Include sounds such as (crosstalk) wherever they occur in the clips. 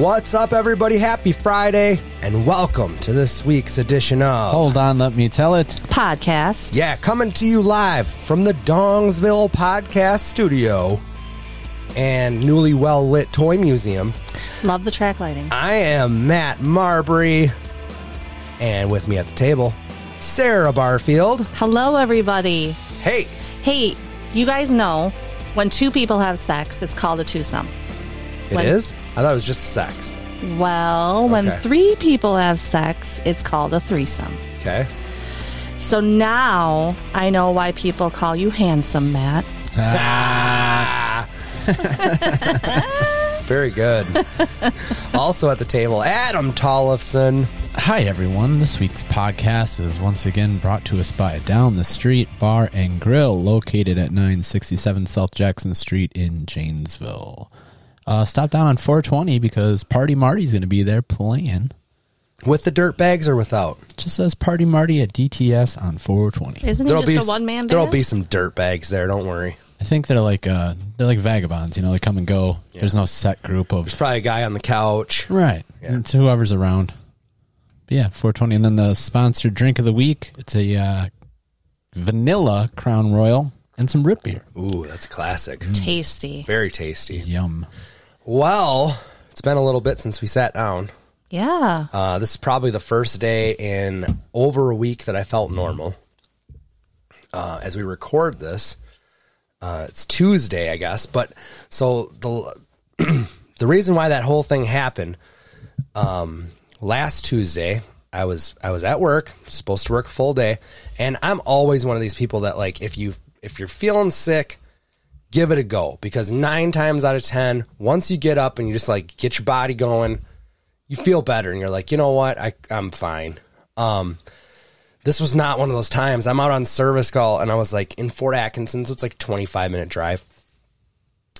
What's up, everybody? Happy Friday, and welcome to this week's edition of. Hold on, let me tell it. podcast. Yeah, coming to you live from the Dongsville Podcast Studio and newly well lit toy museum. Love the track lighting. I am Matt Marbury, and with me at the table, Sarah Barfield. Hello, everybody. Hey, Hey, you guys know when two people have sex, it's called a twosome. it When- is? I thought it was just sex. Well, when Okay. three people have sex, it's called a threesome. Okay. So now I know why people call you handsome, Matt. Ah. (laughs) Very good. also at the table, Adam Tollefson. Hi, everyone. This week's podcast is once again brought to us by Down the Street Bar and Grill, located at 967 South Jackson Street in Janesville. Uh, stop down on 420 because Party Marty's going to be there playing. With the dirt bags or without? Just says Party Marty at DTS on 420. Isn't he just a one man there'll band? be some dirt bags there, don't worry. I think they're like uh, they're like vagabonds, you know. They come and go. There's no set group of There's probably a guy on the couch. Right. It's whoever's around. But yeah, 420. And then the sponsored drink of the week, it's a uh, vanilla Crown Royal and some root beer. Ooh, that's classic. tasty. Very tasty. Yum. Well, it's been a little bit since we sat down. Yeah. Uh, this is probably the first day in over a week that I felt normal. Uh, as we record this, uh, it's Tuesday, I guess. But so the the (clears throat) reason why that whole thing happened um, last Tuesday, I was I was at work, supposed to work a full day, and I'm always one of these people that like if you if you're feeling sick, give it a go because nine times out of ten, once you get up and you just like get your body going you feel better and you're like, you know what? I, I'm fine. Um, this was not one of those times. I'm out on service call and I was like in Fort Atkinson, so it's like 25 minute drive.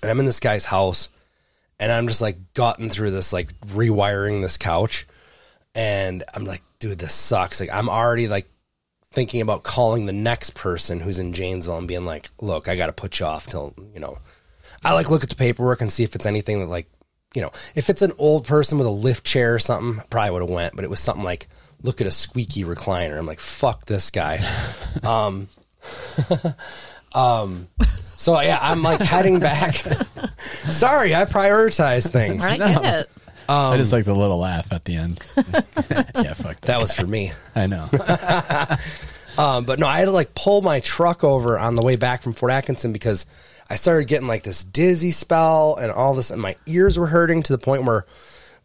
And I'm in this guy's house and I'm just like gotten through this, like rewiring this couch. And I'm like, dude, this sucks. Like, I'm already like thinking about calling the next person who's in Janesville and being like, look, I got to put you off till, you know, I like look at the paperwork and see if it's anything that like, you know, if it's an old person with a lift chair or something, I probably would have went, but it was something like, look at a squeaky recliner. I'm like, fuck this guy. um, um, so yeah, I'm like heading back. Sorry, I prioritize things. I get it. I just like the little laugh at the end. (laughs) yeah, fuck that. That was for me. I know. Um, but no, I had to like pull my truck over on the way back from Fort Atkinson because I started getting like this dizzy spell and all this, and my ears were hurting to the point where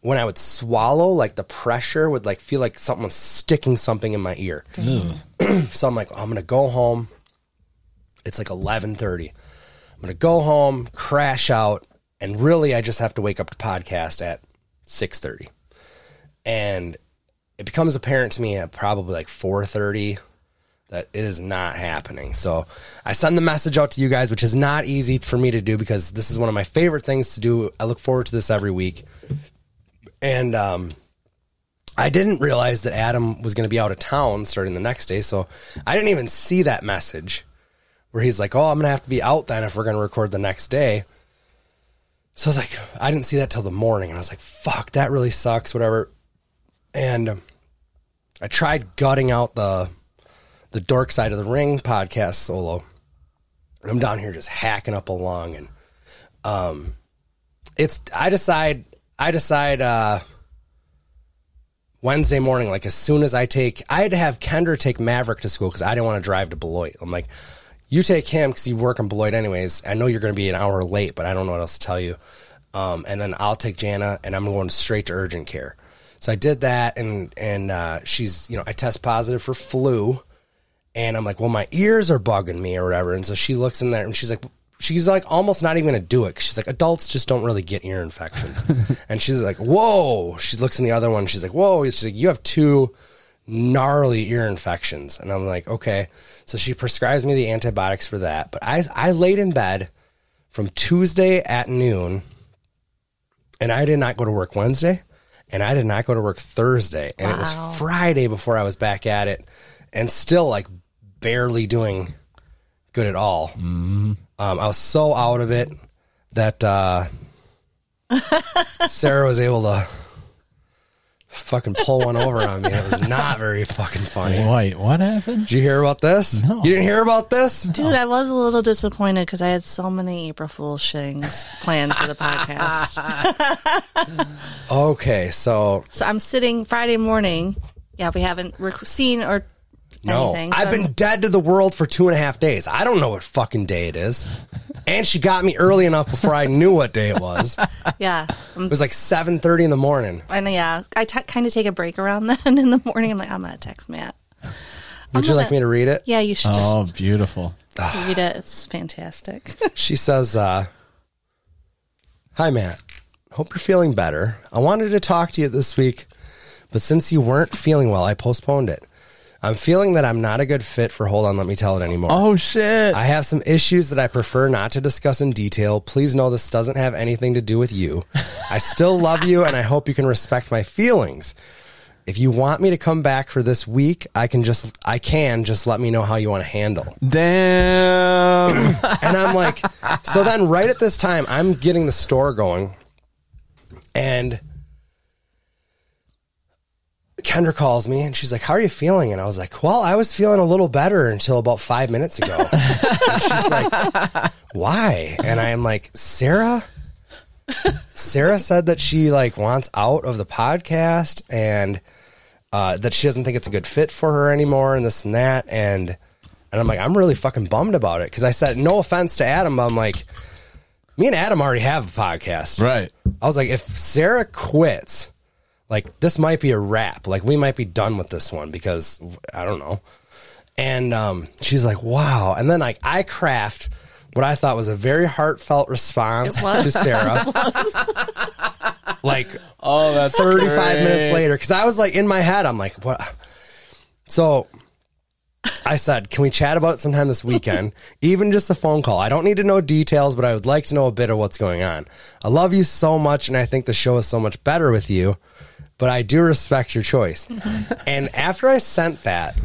when I would swallow, like the pressure would like feel like someone was sticking something in my ear. (clears throat) so I'm like, "Oh, I'm gonna go home. It's like 11:30. I'm gonna go home, crash out, and really I just have to wake up to podcast at 6:30. And it becomes apparent to me at probably like 4:30 that it is not happening. So I send the message out to you guys, which is not easy for me to do because this is one of my favorite things to do. I look forward to this every week. And um, I didn't realize that Adam was going to be out of town starting the next day. So I didn't even see that message where he's like, oh, I'm going to have to be out then if we're going to record the next day. So I was like, I didn't see that till the morning. And I was like, fuck, that really sucks, whatever. And um, I tried gutting out the the Dark Side of the Ring podcast solo. And I'm down here just hacking up a lung and um it's I decide I decide uh Wednesday morning, like as soon as I take, I had to have Kendra take Maverick to school because I didn't want to drive to Beloit. I'm like, you take him because you work in Beloit anyways. I know you're going to be an hour late, but I don't know what else to tell you. Um, and then I'll take Jana, and I'm going straight to urgent care. So I did that, and and uh, she's, you know, I test positive for flu, and I'm like, well, my ears are bugging me or whatever. And so she looks in there, and she's like. She's like almost not even gonna do it. 'cause She's like, adults just don't really get ear infections. and she's like, whoa. She looks in the other one. She's like, whoa. She's like, you have two gnarly ear infections. And I'm like, okay. So she prescribes me the antibiotics for that. But I, I laid in bed from Tuesday at noon and I did not go to work Wednesday and I did not go to work Thursday. And it Wow. was Friday before I was back at it and still like barely doing good at all. Um, I was so out of it that, uh, Sarah was able to fucking pull one over on me. It was not very fucking funny. Wait, what happened? Did you hear about this? No. You didn't hear about this? Dude, I was a little disappointed because I had so many April Fool's shings planned for the podcast. Okay, so So I'm sitting Friday morning. Yeah, we haven't rec- seen or no, anything. so I've been dead to the world for two and a half days. I don't know what fucking day it is. And she got me early enough before I knew what day it was. (laughs) It yeah. I'm, was like seven thirty in the morning, and yeah, (laughs) I t- kind of take a break around (laughs) then in the morning. I'm like, I'm gonna text Matt. Would you like me to read (laughs) it? Yeah, you should Oh, beautiful. Oh. just read it. It's fantastic. (laughs) She says, uh, Hi, Matt. Hope you're feeling better. I wanted to talk to you this week, but since you weren't feeling well, I postponed it. I'm feeling that I'm not a good fit for Hold On, Let Me Tell It anymore. Oh shit. I have some issues that I prefer not to discuss in detail. Please know this doesn't have anything to do with you. I still love you and I hope you can respect my feelings. If you want me to come back for this week, I can just I can just let me know how you want to handle. Damn. And I'm like, so then right at this time, I'm getting the store going. And Kendra calls me and she's like, How are you feeling? And I was like, Well, I was feeling a little better until about five minutes ago. and she's like, Why? And I am like, Sarah? Sarah said that she like wants out of the podcast and uh, that she doesn't think it's a good fit for her anymore and this and that and and I'm like I'm really fucking bummed about it because I said no offense to Adam but I'm like me and Adam already have a podcast (coughs) right. I was like if Sarah quits like this might be a wrap like we might be done with this one because I don't know and um, she's like wow and then like I craft what I thought was a very heartfelt response (laughs) It was. to Sarah like Oh, that's 35 minutes later because i was like in my head i'm like what so i said can we chat about it sometime this (laughs) weekend even just a phone call i don't need to know details but i would like to know a bit of what's going on i love you so much and i think the show is so much better with you but i do respect your choice (laughs) and after i sent that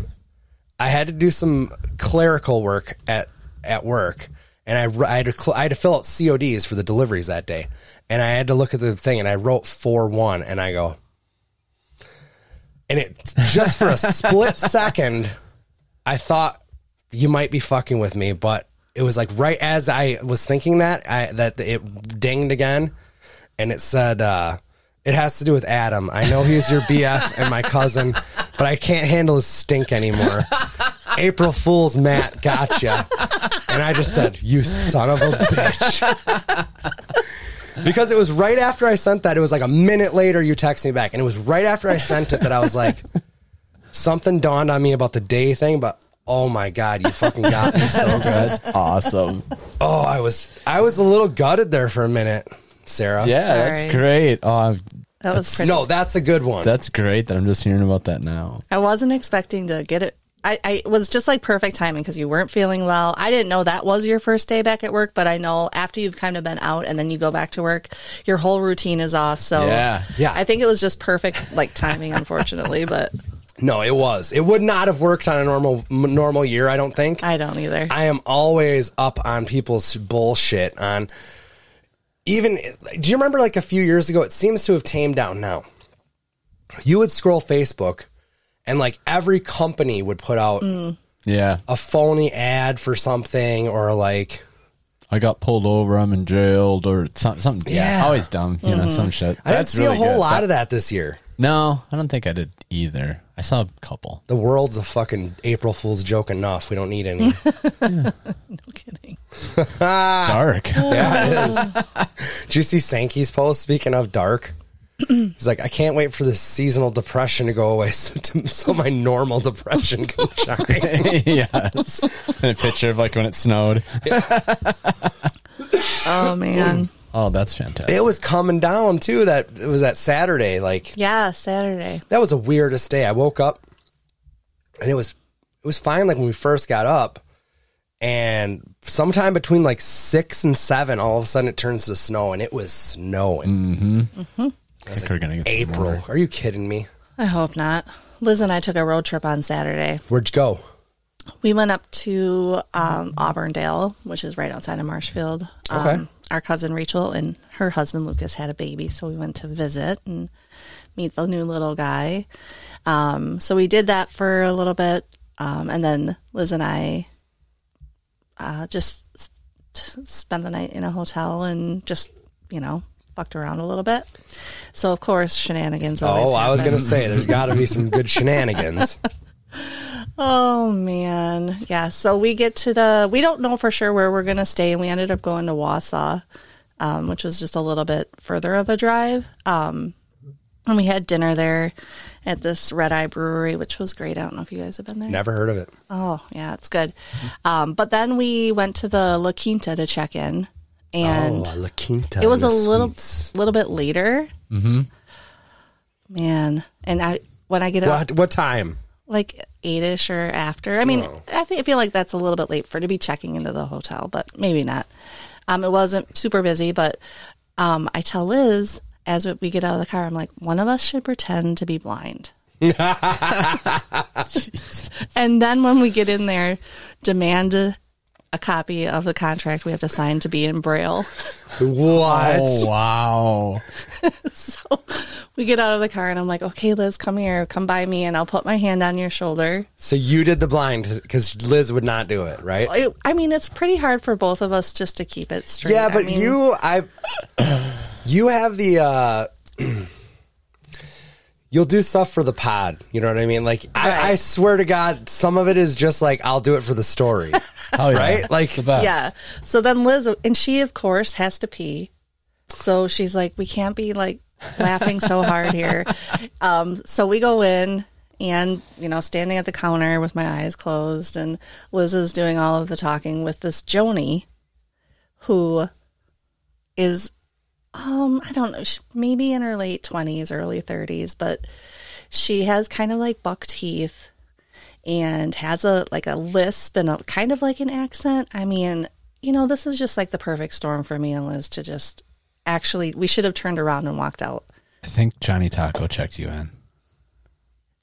i had to do some clerical work at at work and I, wr- I, had to cl- I had to fill out CODs for the deliveries that day. And I had to look at the thing and I wrote 4 1 and I go, and it just for a split second, I thought you might be fucking with me, but it was like right as I was thinking that I that it dinged again, and it said uh, it has to do with Adam. I know he's your BF and my cousin, but I can't handle his stink anymore. April Fools, Matt, gotcha. And I just said, "You son of a bitch." Because it was right after I sent that, it was like a minute later you text me back, and it was right after I sent it that I was like, something dawned on me about the day thing, but oh my god, you fucking got me so (laughs) good. That's awesome. Oh, I was I was a little gutted there for a minute, Sarah. Yeah, that's Sorry. great. Oh, I'm- That was pretty. No, that's a good one. that's great that I'm just hearing about that now. I wasn't expecting to get it. I, I it was just like perfect timing because you weren't feeling well. I didn't know that was your first day back at work, but I know after you've kind of been out and then you go back to work, your whole routine is off. So Yeah. Yeah. I think it was just perfect like timing, unfortunately, but no, it was. It would not have worked on a normal m- normal year, I don't think. I don't either. I am always up on people's bullshit on even do you remember like a few years ago it seems to have tamed down now. You would scroll Facebook and like every company would put out Yeah. a phony ad for something or like I got pulled over, I'm in jail or some, something. Yeah. Yeah. Mm-hmm. Always dumb, you know, some shit. I didn't see a whole good. lot That- of that this year. No, I don't think I did either. I saw a couple. The world's a fucking April Fool's joke enough. We don't need any. (laughs) No kidding. It's dark. Ah. (laughs) yeah, it is. Did you see Sankey's post? Speaking of dark, (clears throat) he's like, I can't wait for this seasonal depression to go away (laughs) so, to, so my normal depression can (laughs) shine. (laughs) yes. (laughs) And a picture of like when it snowed. Oh man. Oh, that's fantastic. it was coming down too. That it was that Saturday. Like yeah, Saturday. that was the weirdest day. I woke up and it was it was fine. Like when we first got up, and sometime between like six and seven, all of a sudden it turns to snow, and it was snowing. Mm, I think we're gonna get some more. April. Are you kidding me? I hope not. Liz and I took a road trip on Saturday. Where'd you go? We went up to um, Auburndale, which is right outside of Marshfield. Um, Okay. our cousin Rachel and her husband Lucas had a baby, so we went to visit and meet the new little guy. Um, so we did that for a little bit, um, and then Liz and I uh, just s- t- spent the night in a hotel and just you know fucked around a little bit. So of course shenanigans. Always Oh, I was happen. going to say, there's got to be some (laughs) good shenanigans. Oh man, yeah. So we get to the. We don't know for sure where we're gonna stay, and we ended up going to Wausau, um, which was just a little bit further of a drive. Um, and we had dinner there at this Red Eye Brewery, which was great. I don't know if you guys have been there. Never heard of it. Oh yeah, it's good. Um, but then we went to the La Quinta to check in, (laughs) and oh, La Quinta. it was a and the little sweets. little bit later. Mm-hmm. Man, and I when I get What, up what time? like eight-ish or after. I mean, I, th- I feel like that's a little bit late for to be checking into the hotel, but maybe not. Um, it wasn't super busy, but um, I tell Liz as we get out of the car, I'm like, one of us should pretend to be blind. and then when we get in there, demand a, a copy of the contract we have to sign to be in Braille. (laughs) What? Oh wow! So we get out of the car, and I'm like, okay, Liz, come here, come by me, and I'll put my hand on your shoulder. So you did the blind because Liz would not do it, right? I I mean, it's pretty hard for both of us just to keep it straight. Yeah, but I mean, you, I, (clears throat) you have the. uh (clears throat) You'll do stuff for the pod. You know what I mean? Like, Right. I, I swear to God, some of it is just like, I'll do it for the story. (laughs) Oh yeah, Right? Like- the best. Yeah. So then Liz, and she, of course, has to pee. So she's like, we can't be like laughing so (laughs) hard here. Um, so we go in and, you know, standing at the counter with my eyes closed, and Liz is doing all of the talking with this Joni who is um I don't know, she, maybe in her late 20s, early 30s, but she has kind of like buck teeth and has a like a lisp and a kind of like an accent. I mean, you know, this is just like the perfect storm for me and Liz to just actually we should have turned around and walked out. I think Johnny Taco checked you in.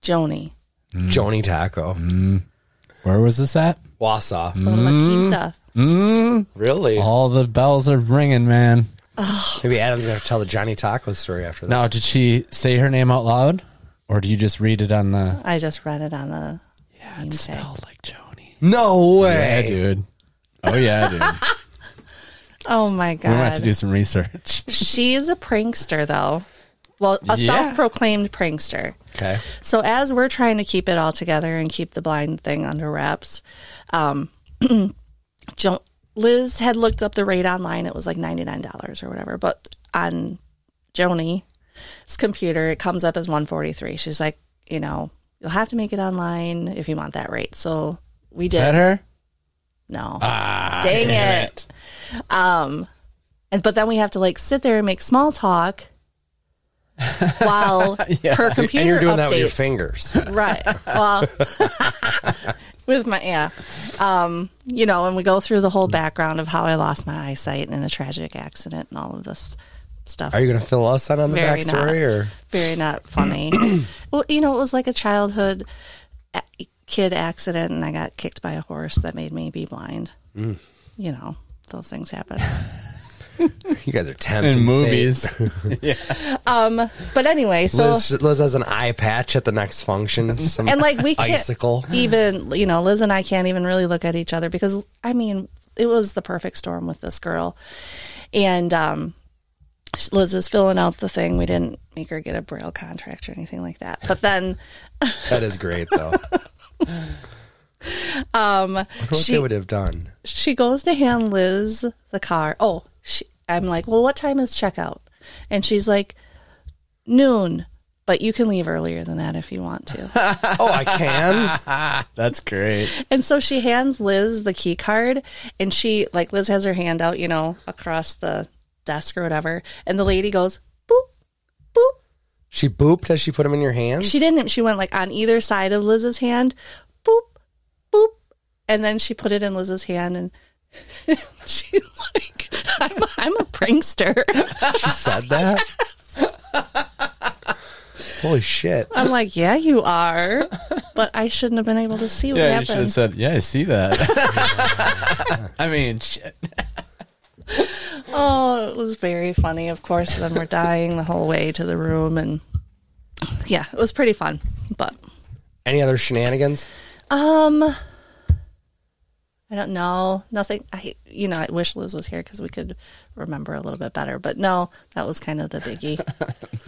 Joni, Mm. Joni Taco. Where was this at? Wausau. Mm. the La Mm-hmm. Quinta. Really? All the bells are ringing, man. Maybe Adam's going to tell the Johnny Taco story after this. Now, did she say her name out loud, or do you just read it on the? I just read it on the Yeah, name it's tag. spelled like Joni. No Yeah, way. dude. Oh yeah, dude. Oh my god. we might have to do some research. She is a prankster, though. Well, a Yeah. self-proclaimed prankster. okay. So as we're trying to keep it all together and keep the blind thing under wraps, um, (clears throat) Jo- Liz had looked up the rate online. It was like ninety nine dollars or whatever, but on Joni's computer, it comes up as one forty three. She's like, you know, you'll have to make it online if you want that rate. So we did. Is that her? No. Ah, dang, it. Um and but then we have to like sit there and make (laughs) small talk while her computer And you're doing that with your updates. fingers. Right. Well (laughs) with my yeah. Um, you know, and we go through the whole background of how I lost my eyesight in a tragic accident and all of this stuff. Are you going to fill us in on the Very backstory? not. Or? very (clears throat) not funny. well, you know, it was like a childhood a- kid accident, and I got kicked by a horse that made me be blind. Mm. You know, those things happen. You guys are tempting. In fate. movies. Um, but anyway, so Liz, Liz has an eye patch at the next (laughs) function. Some and like we can't icicle. even you know Liz and I can't even really look at each other because I mean it was the perfect storm with this girl, and um, Liz is filling out the thing. We didn't make her get a braille contract or anything like that, but then. That is great, though. (laughs) Um, what they would have done. she goes to hand Liz the car. Oh, she, I'm like, well, what time is checkout? And she's like, noon, but you can leave earlier than that if you want to. Oh, I can. (laughs) That's great. and so she hands Liz the key card, and she, like, Liz has her hand out, you know, across the desk or whatever. And the lady goes, boop, boop. (laughs) She booped as she put them in your hands. She didn't, she went like on either side of Liz's hand, boop, boop. And then she put it in Liz's hand, and (laughs) she's like, I'm, I'm a prankster. She said (laughs) that. Holy shit! I'm like, yeah, you are, but I shouldn't have been able to see what Yeah, you should happened. have (laughs) said, yeah, I see that. I mean, shit. Oh, it was very funny. Of course, then we're dying the whole way to the room, and yeah, it was pretty fun. But Any other shenanigans? um, I don't know. Nothing. I you know I wish Liz was here because we could remember a little bit better. But no, that was kind of the (laughs) biggie.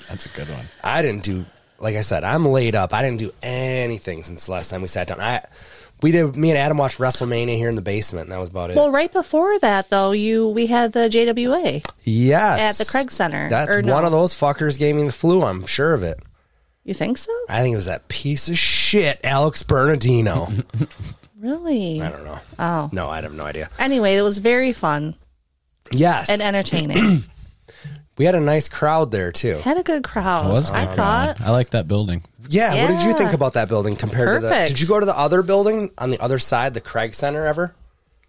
That's a good one. I didn't do like I said, I'm laid up. I didn't do anything since the last time we sat down. I we did me and Adam watched WrestleMania here in the basement and that was about it. well, right before that though, you we had the JWA. yes. at the Craig Center, That's or no. one of those fuckers gave me the flu, I'm sure of it. You think so? I think it was that piece of shit, Alex (laughs) Bernardino. Really? I don't know. Oh. No, I have no idea. Anyway, it was very fun Yes. and (clears throat) uh, entertaining. we had a nice crowd there too. had a good crowd. It was a I good thought. one. I like that building. Yeah, what did you Yeah. think about that building compared to the Perfect. Did you go to the other building on the other side, the Craig Center ever?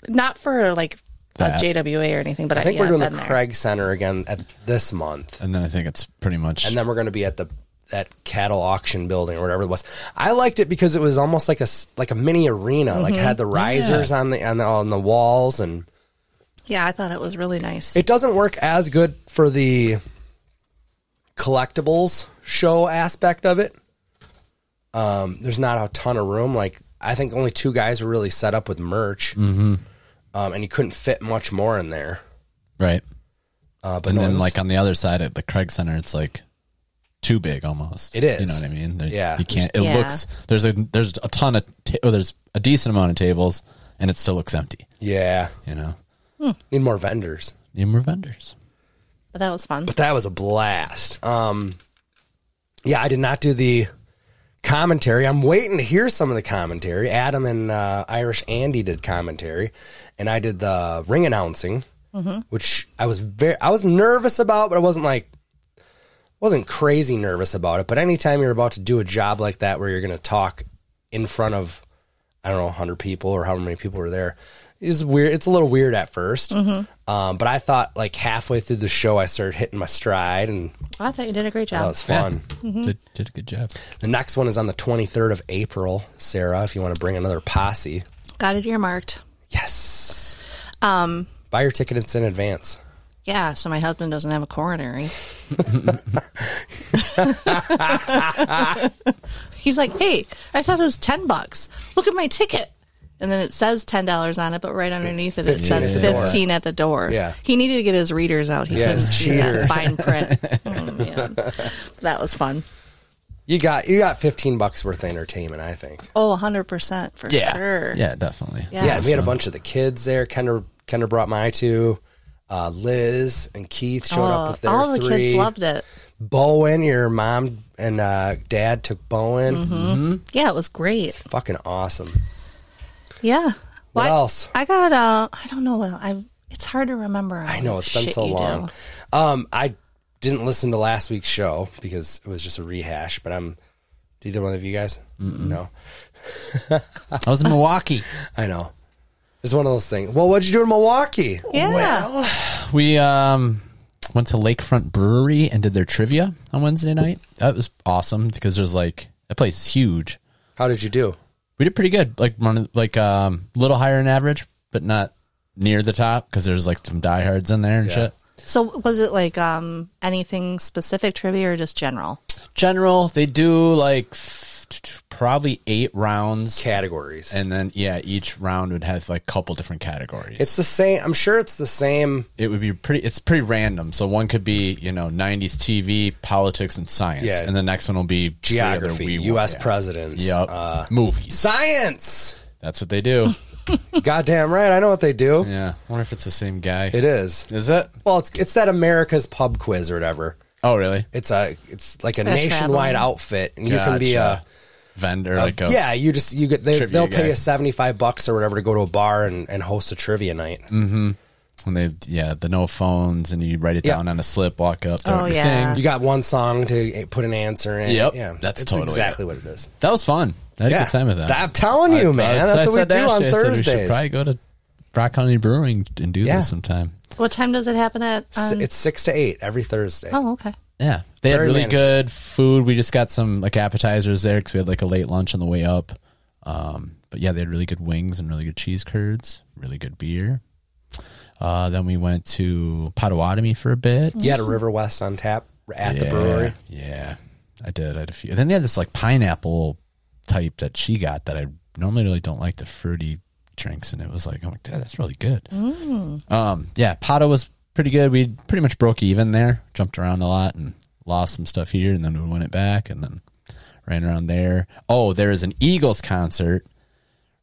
not for like a That. JWA or anything, but I I think yeah, we're doing the I've been there. Craig Center again at this month. And then I think it's pretty much and then we're going to be at the that cattle auction building or whatever it was. I liked it because it was almost like a s- like a mini arena. Like it Mm-hmm. had the risers on the on the on the walls, and Yeah, I thought it was really nice. it doesn't work as good for the collectibles show aspect of it. Um, there's not a ton of room. Like I think only two guys were really set up with merch, Mm-hmm. um, and you couldn't fit much more in there. right. Uh, but And no, it then was- like on the other side at the Craig Center, it's like too big almost. It is. You know what I mean? There- Yeah. You can't. It Yeah. looks there's a there's a ton of ta- oh, there's a decent amount of tables, and it still looks empty. yeah, You know, need more vendors. need more vendors. but that was fun. but that was a blast. Um, yeah, I did not do the commentary. I'm waiting to hear some of the commentary. Adam and uh, Irish Andy did commentary, and I did the ring announcing, which I was very I was nervous about, but I wasn't like wasn't crazy nervous about it. But anytime you're about to do a job like that, where you're going to talk in front of I don't know 100 people or however many people were there. It's weird. It's a little weird at 1st um, but I thought like halfway through the show, I started hitting my stride, and I thought you did a great that job. was fun. Mm-hmm. Did, did a good job. The next one is on the 23rd of April, Sarah, if you want to bring another posse. Got it earmarked. Yes. Um, Buy your tickets in advance. yeah, so my husband doesn't have a coronary. (laughs) He's like, hey, I thought it was 10 bucks. Look at my ticket. And then it says $10 on it, but right underneath it, it 15 says at the door. 15 at the door. Yeah. He needed to get his readers out. He Yeah, couldn't his see that cheaters. fine (laughs) print. Oh, man. That was fun. You got you got 15 bucks worth of entertainment, I think. Oh, 100% for Yeah. sure. Yeah, definitely. Yeah. Yeah, we had a bunch of the kids there. Kendra Kendra brought my two. Uh, Liz and Keith showed Oh, up with their all the three. kids loved it. Bowen, your mom and uh, dad took Bowen. Mm-hmm. Yeah, it was great. Fucking awesome. Yeah. What Well, I- else? I got. Uh, I don't know what else. I've. It's hard to remember. I know it's been so long. Um, I didn't listen to last week's show because it was just a rehash. But I'm did either one of you guys. No, I was in (laughs) Milwaukee. I know. It's one of those things. Well, what'd you do in Milwaukee? Yeah. We um went to Lakefront Brewery and did their trivia on Wednesday night. That was awesome because there's like that place is huge. How did you do? We did pretty good. Like one of- like um a little higher than average, but not near the top because there's like some diehards in there and shit. So was it like um anything specific trivia or just general? General, they do like f- probably eight rounds, Categories. and then yeah, each round would have like a couple different categories. It's the same. I'm sure it's the same. it would be pretty it's pretty random so one could be you know 90s tv politics and science Yeah. and the next one will be three other Geography, wee- U.S. yeah. presidents. yep Uh, movies science. (laughs) that's what they do Goddamn right. I know what they do. (laughs) yeah I wonder if it's the same guy It is. is it Well, it's it's that America's Pub Quiz or whatever. oh really It's a it's like a That's nationwide traveling. outfit, and you can be a Gotcha. vendor like uh, a yeah, you just you get they, Trivia they'll pay guy. you seventy five bucks or whatever to go to a bar and, and host a trivia night. Mm. and they yeah the no phones and you write it Yeah. down on a slip walk up throw Oh, it in your yeah. thing. You got one song to put an answer in. Yep, yeah, that's it's totally exactly what it is. that was fun I had a good time with that I'm telling you, man, that's, what we do on we should Thursdays. probably go to Rock County Brewing and do Yeah. this sometime What time does it happen at? S- on- it's six to eight every Thursday. Um, oh, okay. Yeah, they had Very really manageable. good food. We just got some like appetizers there because we had like a late lunch on the way up. Um, but yeah, they had really good wings and really good cheese curds, really good beer. Uh, then we went to Potawatomi for a bit. You had a River West on tap at the brewery. Yeah, I did. I had a few. Then they had this like pineapple type that she got that I normally really don't like the fruity drinks, and it was like I'm like, Dad, that's really good. Um, yeah, Pata was pretty good. We pretty much broke even there. Jumped around a lot and lost some stuff here, and then we won it back, and then ran around there. Oh, there is an Eagles concert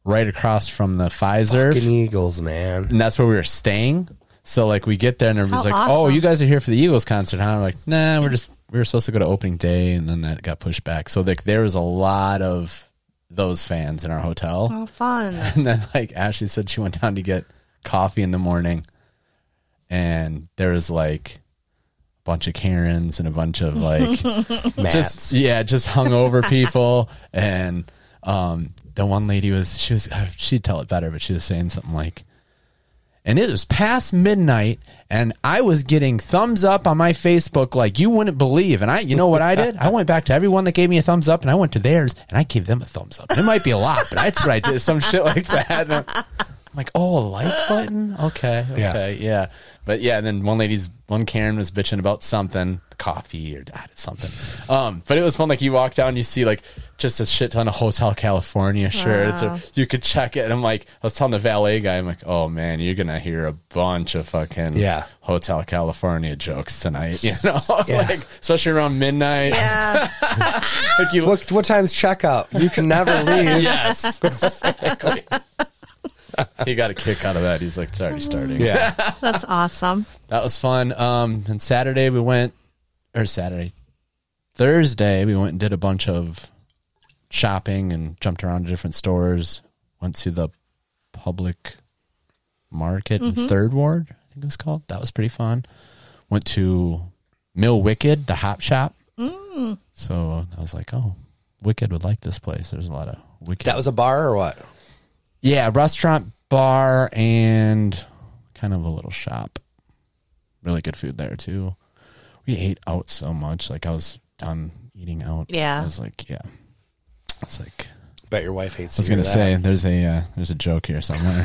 right across from the Pfizer Fucking Eagles, man. and that's where we were staying. So like we get there and everybody's How like, "Oh, awesome. you guys are here for the Eagles concert?" Huh? I'm like, "Nah, we're just we were supposed to go to opening day, and then that got pushed back." So like there was a lot of those fans in our hotel, Oh, (laughs) fun. and then like Ashley said she went down to get coffee in the morning, and there was like a bunch of Karens and a bunch of (laughs) like Matt's. (laughs) just yeah, just hungover people. and um, the one lady was she was uh, she'd tell it better, but she was saying something like, "And it was past midnight, and I was getting thumbs up on my Facebook like you wouldn't believe." And I, you know what I did? I went back to everyone that gave me a thumbs up, and I went to theirs, and I gave them a thumbs up. It might be a lot, but that's what I did. Some shit like that. And I'm like, oh, a like button? Okay, okay, yeah. But yeah, and then one lady's, one Karen was bitching about something, coffee or that, something. Um, but it was fun. Like you walk down, you see like just a shit ton of Hotel California shirts, or you could check it. And I'm like, I was telling the valet guy, I'm like, oh man, you're gonna hear a bunch of fucking Yeah. Hotel California jokes tonight, you know, (laughs) like especially around midnight. Yeah. (laughs) Like you, What, what time's checkout? You can (laughs) never leave. yes, exactly. he got a kick out of that. He's like, it's already starting. Yeah. (laughs) That's awesome. that was fun. Um, and Saturday we went, or Saturday, Thursday we went and did a bunch of shopping and jumped around to different stores. Went to the public market in Third Ward, I think it was called. That was pretty fun. Went to Mill Wicked, the hop shop. So I was like, oh, Wicked would like this place. There's a lot of Wicked. That was a bar or what? Yeah, restaurant, bar, and kind of a little shop. Really good food there too. We ate out so much. Like I was done eating out. Yeah. I was like, yeah. It's like Bet your wife hates. I was to hear gonna that. say there's a uh, there's a joke here somewhere.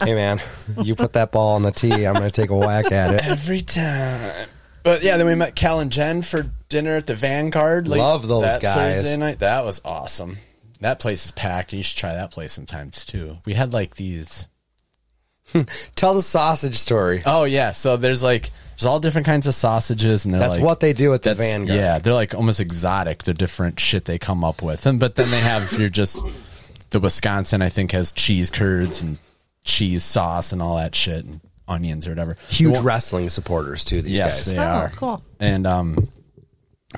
hey man, you put that ball on the tee. I'm gonna take a whack at (laughs) it. (laughs) Every time. But yeah, then we met Cal and Jen for dinner at the Vanguard. late Love those that guys. Thursday night. That was awesome. That place is packed. You should try that place sometimes too. We had like these Tell the sausage story. Oh yeah, so there's like there's all different kinds of sausages, and they're That's like, what they do at the that's- Vanguard. Yeah, they're like almost exotic. They're different shit they come up with, and but then they have you're just the Wisconsin I think has cheese curds and cheese sauce and all that shit and onions or whatever. Huge The one- wrestling supporters too. These yes, guys. they Oh, are cool. And um,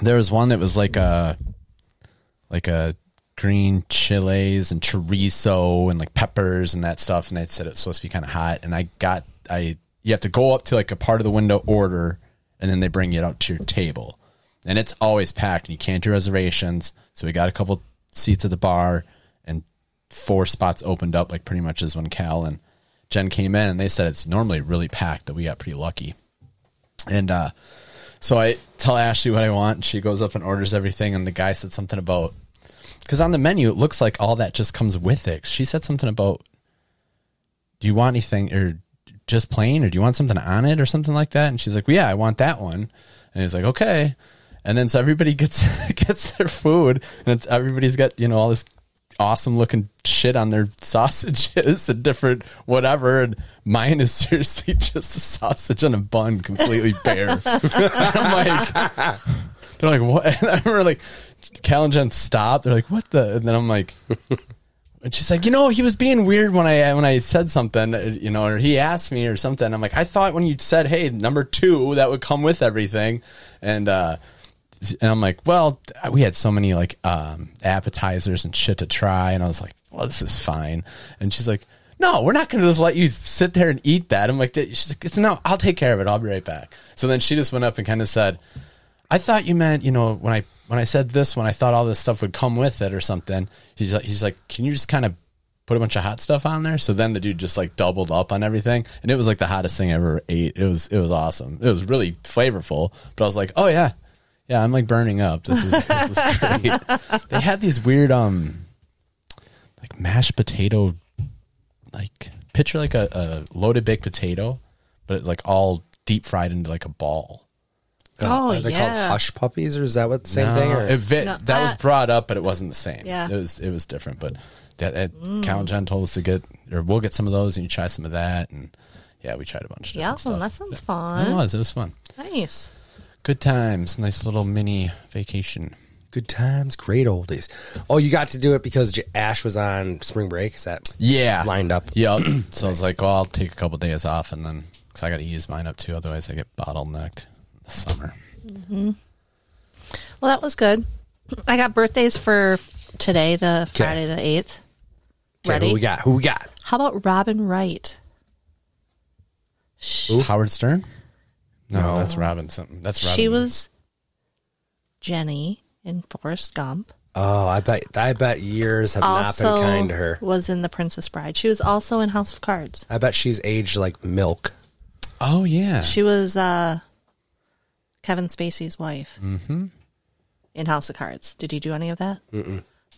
there was one that was like a like a green chiles and chorizo and like peppers and that stuff. And they said it's supposed to be kind of hot. And I got I you have to go up to like a part of the window order, and then they bring it out to your table. And it's always packed, and you can't do reservations. So we got a couple seats at the bar, and four spots opened up, like pretty much as when Cal and Jen came in. And they said it's normally really packed. That we got pretty lucky. And uh, so I tell Ashley what I want. and She goes up and orders everything, and the guy said something about because on the menu it looks like all that just comes with it. She said something about, "Do you want anything or just plain, or do you want something on it or something like that?" And she's like, well, "Yeah, I want that one." And he's like, "Okay." And then so everybody (laughs) gets gets their food, and it's, everybody's got you know all this awesome looking shit on their (laughs) sausages and different whatever. And mine is (laughs) seriously just a sausage and a bun, completely bare. (laughs) I'm like, they're like, what? (laughs) And I remember like, Cal and Jen stopped. They're like, what the? And then I'm like, and she's like, you know, he was being weird when I when I said something, uh, you know, or he asked me or something. I'm like, I thought when you said, hey, number two, that would come with everything, and uh, and I'm like, well, we had so many like um, appetizers and shit to try, and I was like, well, this is fine. And she's like, no, we're not going to just let you sit there and eat that. I'm like, "Dude," she's like, it's no, I'll take care of it. I'll be right back. So then she just went up and kind of said, I thought you meant, you know, when I when I said this one, I thought all this stuff would come with it or something. He's like, he's like, can you just kind of put a bunch of hot stuff on there? So then the dude just like doubled up on everything, and it was like the hottest thing I ever ate. It was it was awesome. It was really flavorful. But I was like, oh yeah, yeah, I'm like burning up. This is, this is great. they had these weird um, like mashed potato, like picture like a, a loaded baked potato, but it's like all deep fried into like a ball. Oh, are they yeah. called hush puppies, or is that what the same thing? Or? It vi- Uh-huh. No, that was that- brought up, but it wasn't the same. Yeah. Mm. it was it was different. But that, that Cal and John told us to get, or we'll get some of those, and you try some of that, and yeah, we tried a bunch. Of Yeah, different stuff. that sounds It fun. was it was fun. Mm-hmm. Nice. Good times, nice little mini vacation. Good times, great oldies. Oh, you got to do it because J- Ash was on spring break. Is that Yeah, lined up? Yep. (clears throat) so I was like, well, I'll take a couple days off, and then because I got to use mine up too, otherwise I get bottlenecked this summer. Well, that was good. I got birthdays for f- today, the Friday the 8th. Okay, Ready? Who we got? Who we got? How about Robin Wright? Sh- Howard Stern? No, that's Robin something. That's Robin. She was Jenny in Forrest Gump. Oh, I bet I bet years have not Also been kind to her. was in The Princess Bride. She was also in House of Cards. I bet she's aged like milk. Oh yeah. She was uh, Kevin Spacey's wife mm-hmm. in House of Cards. Did you do any of that?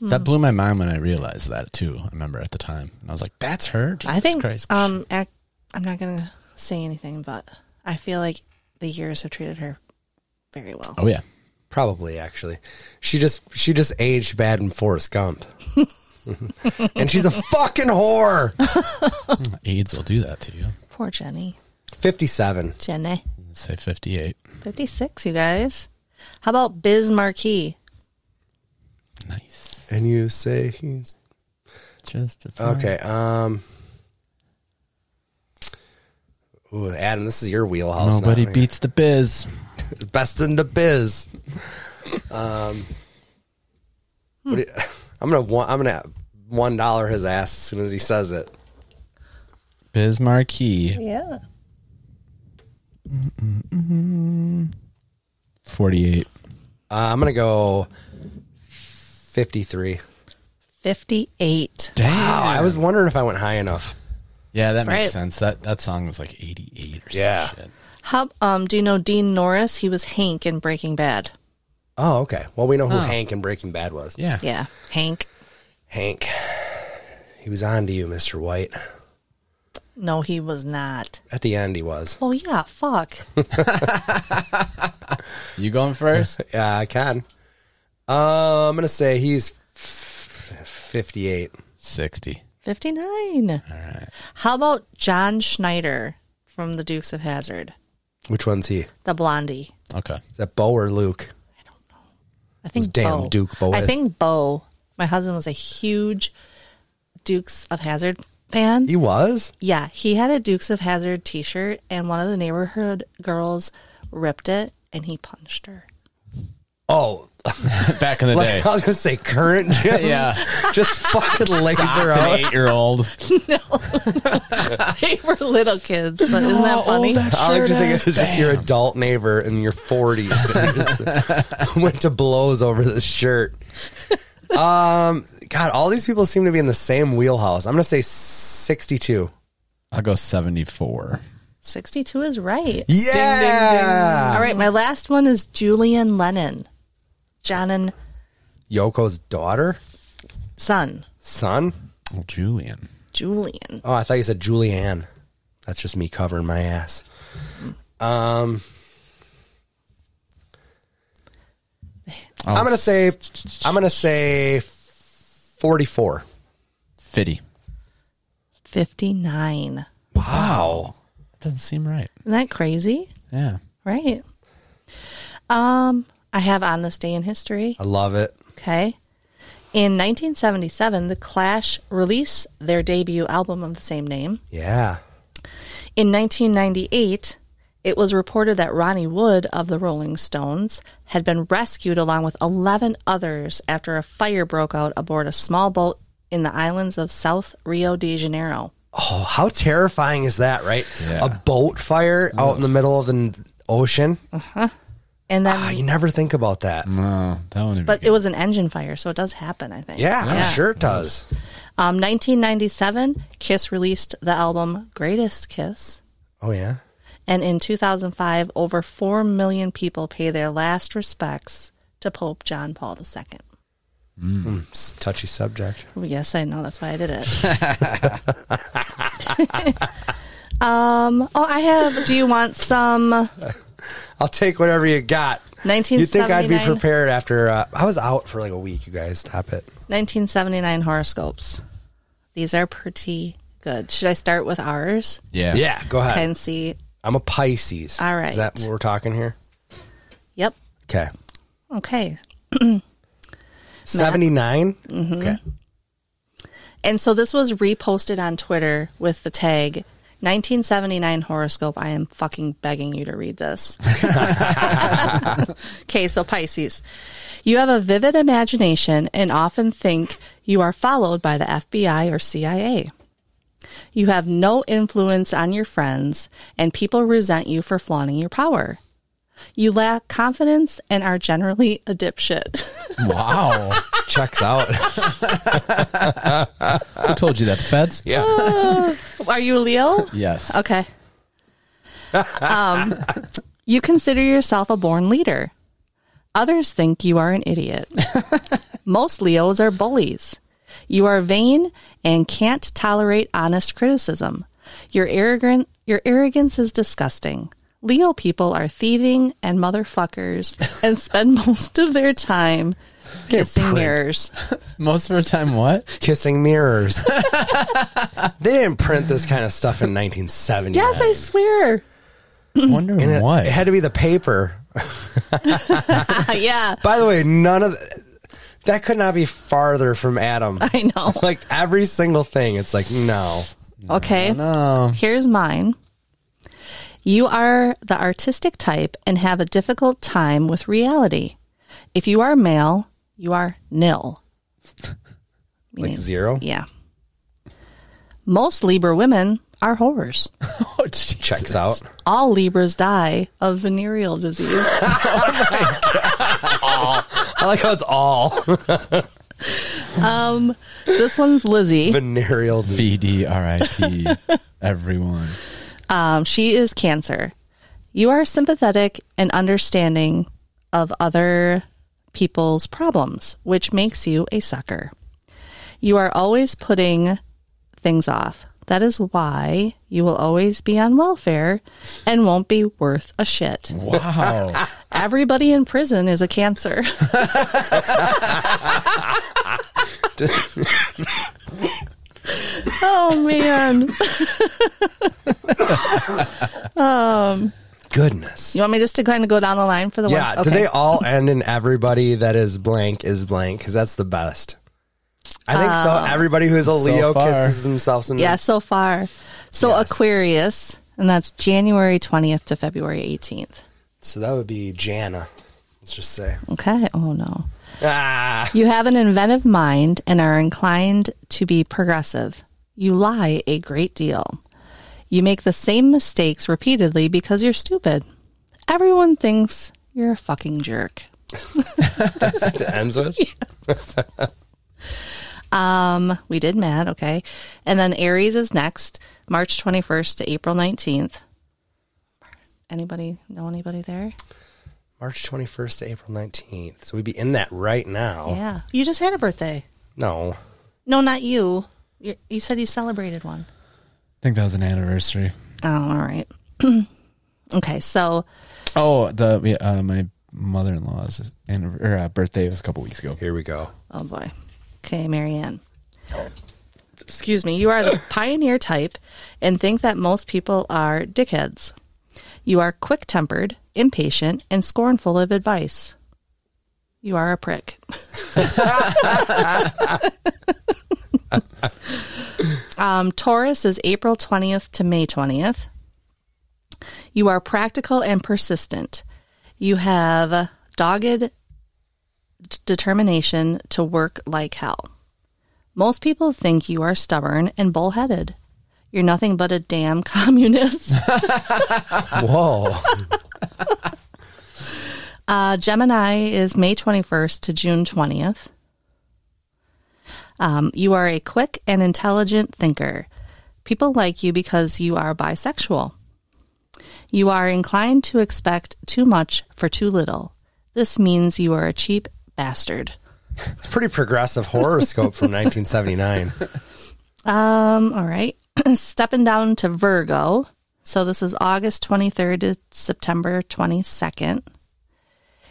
That blew my mind when I realized that too. I remember at the time, and I was like, "That's her." Jesus I think Christ. um, ac- I'm not going to say anything, but I feel like the years have treated her very well. oh yeah. Probably actually. She just she just aged bad in Forrest Gump. (laughs) and she's a fucking whore. AIDS will do that to you. Poor Jenny. Fifty seven. Jenny. Say fifty-eight. 56, you guys. How about Biz Marquee? Nice. And you say he's Just a Okay, um Ooh, Adam, this is your wheelhouse. now. Nobody beats the biz. best in the biz. Um, what do you- I'm gonna one, I'm gonna one dollar his ass as soon as he says it. Biz Marquee. Yeah. Forty-eight. Uh, I'm gonna go fifty three. 58. Damn. Oh, I was wondering if I went high enough. Yeah, that makes Right. sense. That that song was like eighty-eight or some Yeah. shit. How um do you know Dean Norris? He was Hank in Breaking (laughs) Bad. Oh, okay. Well, we know who Hank in Breaking Bad was. Yeah. Yeah, Hank. Hank. He was on to you, Mr. White. No, he was not. At the end, he was. (laughs) Oh yeah, fuck. You going first? Yeah, I can. Uh, I'm gonna say he's f- fifty-eight. Sixty. 59. How about John Schneider from The Dukes of Hazard? Which one's he? The blondie. Okay. (laughs) Is that Bo or Luke? I think Those damn Bo. Duke boys. I think Bo. My husband was a huge Dukes of Hazard fan. He was. Yeah, he had a Dukes of Hazard T-shirt, and one of the neighborhood girls ripped it, and he punched her. Oh, (laughs) Back in the Like, day. (laughs) I was gonna say current Jim. (laughs) yeah. Just fucking laser Socked out. an eight-year-old. (laughs) they were little kids, but isn't that funny? I like to think it's just your adult neighbor in your forties (laughs) went to blows over this shirt. Um, God, all these people seem to be in the same wheelhouse. I'm gonna say 62. I'll go seventy-four. 62 is right. Yeah, All right, my last one is Julian Lennon, John and Yoko's daughter, son, son. Oh, Julian. Julian. Oh, I thought you said Julianne. That's just me covering my ass. Um, Oh. I'm gonna say I'm gonna say 44. 50. 59. Wow. Doesn't seem right. Isn't that crazy? Yeah. Right. Um, I have on this day in history. I love it. Okay. In 1977, The Clash released their debut album of the same name. Yeah. In 1998, it was reported that Ronnie Wood of the Rolling Stones had been rescued along with 11 others after a fire broke out aboard a small boat in the islands of South Rio de Janeiro. Oh, how terrifying is that, right? Yeah. A boat fire out in the middle of the n- ocean. And then, Ah, you never think about that. No, that one. but it was an engine fire, so it does happen, I think. Yeah, I'm sure it does. Um, 1997, Kiss released the album Greatest Kiss. Oh, yeah. And in 2005, over 4 million people pay their last respects to Pope John Paul II. It's a touchy subject. Well, Yes, I know. That's why I did it. (laughs) um. Oh, I have. Do you want some? I'll take whatever you got. You'd think I'd be 1979? prepared after uh, I was out for like a week. You guys, stop it. 1979 horoscopes. These are pretty good. Should I start with ours? Yeah. Yeah, go ahead. Okay. And see. I'm a Pisces. All right. Is that what we're talking here? Yep. Okay. Okay. Seventy Mm-hmm. Okay. And so this was reposted on Twitter with the tag 1979 horoscope. I am fucking begging you to read this. (laughs) okay, so Pisces. You have a vivid imagination and often think you are followed by the FBI or CIA. You have no influence on your friends, and people resent you for flaunting your power. You lack confidence and are generally a dipshit. (laughs) (laughs) Wow. Checks out. Who told you that's feds? (laughs) yeah. are you a Leo? Yes. Okay. um, you consider yourself a born leader. Others think you are an idiot. Most Leos are bullies. You are vain and can't tolerate honest criticism. Your arrogant your arrogance is disgusting. Leo people are thieving and motherfuckers and spend (laughs) most of their time kissing prick. mirrors. Most of her time, (laughs) what? Kissing (laughs) mirrors. they didn't print this kind of stuff in 1970. Yes, I swear. (laughs) Wonder it, what. it had to be the paper. yeah, By the way, none of th- that could not be farther from Adam. I know. (laughs) Like every single thing, it's like no. Okay. no. Here's mine. You are the artistic type and have a difficult time with reality. If you are male, you are nil. Like Meaning- zero. Yeah. Most Libra women are whores. Oh, Jesus. Checks (laughs) out. All Libras die of venereal disease. I like how it's (laughs) all this one's Lizzie. venereal. disease. E VDRIP. Everyone. Um, she is Cancer. You are sympathetic and understanding of other people's problems, which makes you a sucker. You are always putting things off. That is why you will always be on welfare and won't be worth a shit. (laughs) Wow. Everybody in prison is a (laughs) cancer. (laughs) oh man. Goodness. You want me just to kind of go down the line for the Yeah. ones? Do they all end in everybody that is blank is blank? Because that's the best. I think Uh, so. Everybody who is a Leo far. kisses themselves. In Yeah, so far. So Aquarius, and that's January 20th to February 18th. So that would be Jana. Let's just (laughs) say. Okay. Oh, no. Ah. (laughs) You have an inventive mind and are inclined to be progressive. You lie a great deal. You make the same mistakes repeatedly because you're stupid. Everyone thinks you're a fucking jerk. That's what it ends with. Um, we did Matt, okay. And then Aries is next, March 21st to April 19th. Anybody know anybody there? March 21st to April 19th. So we'd be in that right now. Yeah. You just had a birthday. No. No, not you. you you said you celebrated one. I think that was an anniversary. Oh, all right. (clears throat) okay, so Oh, the yeah, uh, my mother in law's or, uh, birthday was a couple weeks ago. Here we go. oh boy. Okay, Marianne. Excuse me. You are the pioneer type and think that most people are dickheads. You are quick tempered, impatient, and scornful of advice. You are a prick. um, Taurus is April 20th to May 20th. You are practical and persistent. You have dogged d- determination to work like hell. Most people think you are stubborn and bullheaded. You're nothing but a damn (laughs) communist. Whoa. Uh, Gemini is May 21st to June 20th. Um, you are a quick and intelligent thinker. People like you because you are bisexual. You are inclined to expect too much for too little. This means you are a cheap bastard. It's pretty progressive horoscope from 1979. Um, all right. (clears throat) Stepping down to Virgo. So this is August 23rd to September 22nd.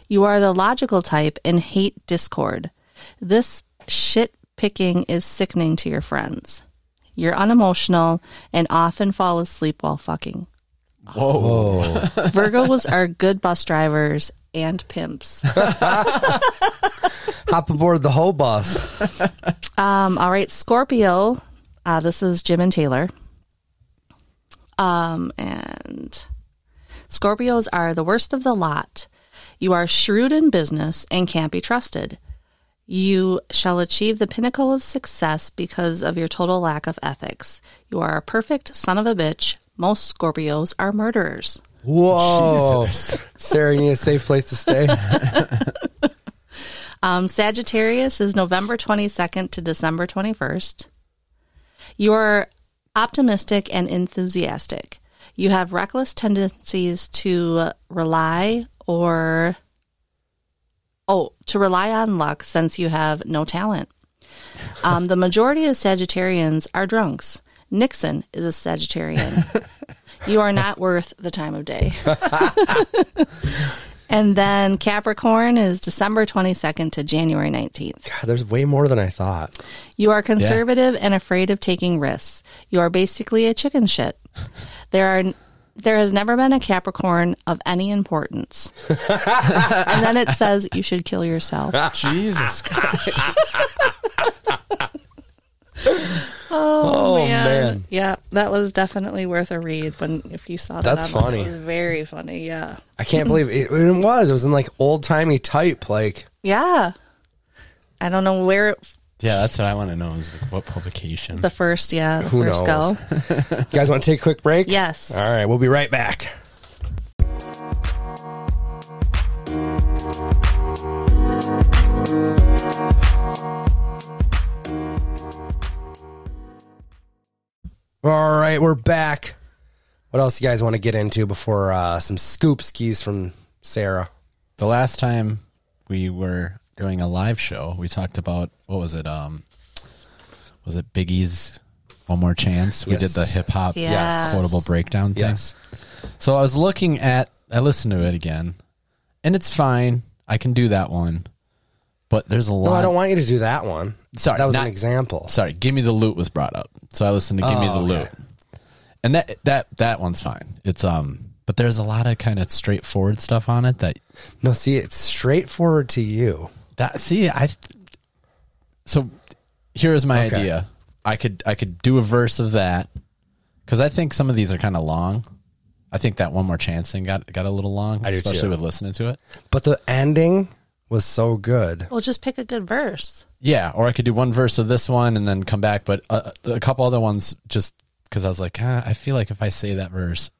You are the logical type and hate discord. This shit picking is sickening to your friends. You're unemotional and often fall asleep while fucking. Whoa. Virgos are good bus drivers and pimps. Hop aboard the whole bus. Um, all right, Scorpio. Uh, this is Jim and Taylor. Um, and Scorpios are the worst of the lot. You are shrewd in business and can't be trusted. You shall achieve the pinnacle of success because of your total lack of ethics. You are a perfect son of a bitch. Most Scorpios are murderers. Whoa. Sarah, you need a safe place to stay. Um, Sagittarius is November 22nd to December 21st. You are optimistic and enthusiastic. You have reckless tendencies to rely or oh, to rely on luck since you have no talent. Um, the majority of Sagittarians are drunks. Nixon is a Sagittarian. you are not worth the time of day. and then Capricorn is December 22nd to January 19th. God, there's way more than I thought. You are conservative and afraid of taking risks. You are basically a chicken shit. There are there has never been a Capricorn of (laughs) any importance. and then it says you should kill yourself. Jesus Christ. Oh, Yeah, that was definitely worth a read when if you saw that That's online. funny. It was very funny, yeah. I can't believe it, it was. It was in like old timey type. Like, Yeah. I don't know where it, Yeah, that's what I want to know is like, what publication? the first, yeah, the Who first knows? go. you guys want to take a quick break? Yes. All right, we'll be right back. All right, we're back. What else you guys want to get into before uh, some scoop skis from Sarah? the last time we were doing a live show, we talked about what was it? Um, was it Biggie's One More Chance? We did the Yes. hip hop Yes. quotable breakdown thing. So I was looking at, I listened to it again, and it's fine. I can do that one, but there's a lot. No, I don't want you to do that one. Sorry, that was an not- example. Sorry, "Give Me the Loot" was brought up, so I listened to "Give Me the Oh, okay. Loot," and that that that one's fine. It's um, but there's a lot of kind of straightforward stuff on it that No, see, it's straightforward to you. That see, I. th- So, here is my Okay. idea. I could I could do a verse of that because I think some of these are kind of long. I think that one more chance thing got got a little long, I do especially too. with listening to it. But the ending was so good. Well, just pick a good verse. Yeah, or I could do one verse of this one and then come back, but a, a couple other ones just because I was like, ah, I feel like if I say that verse,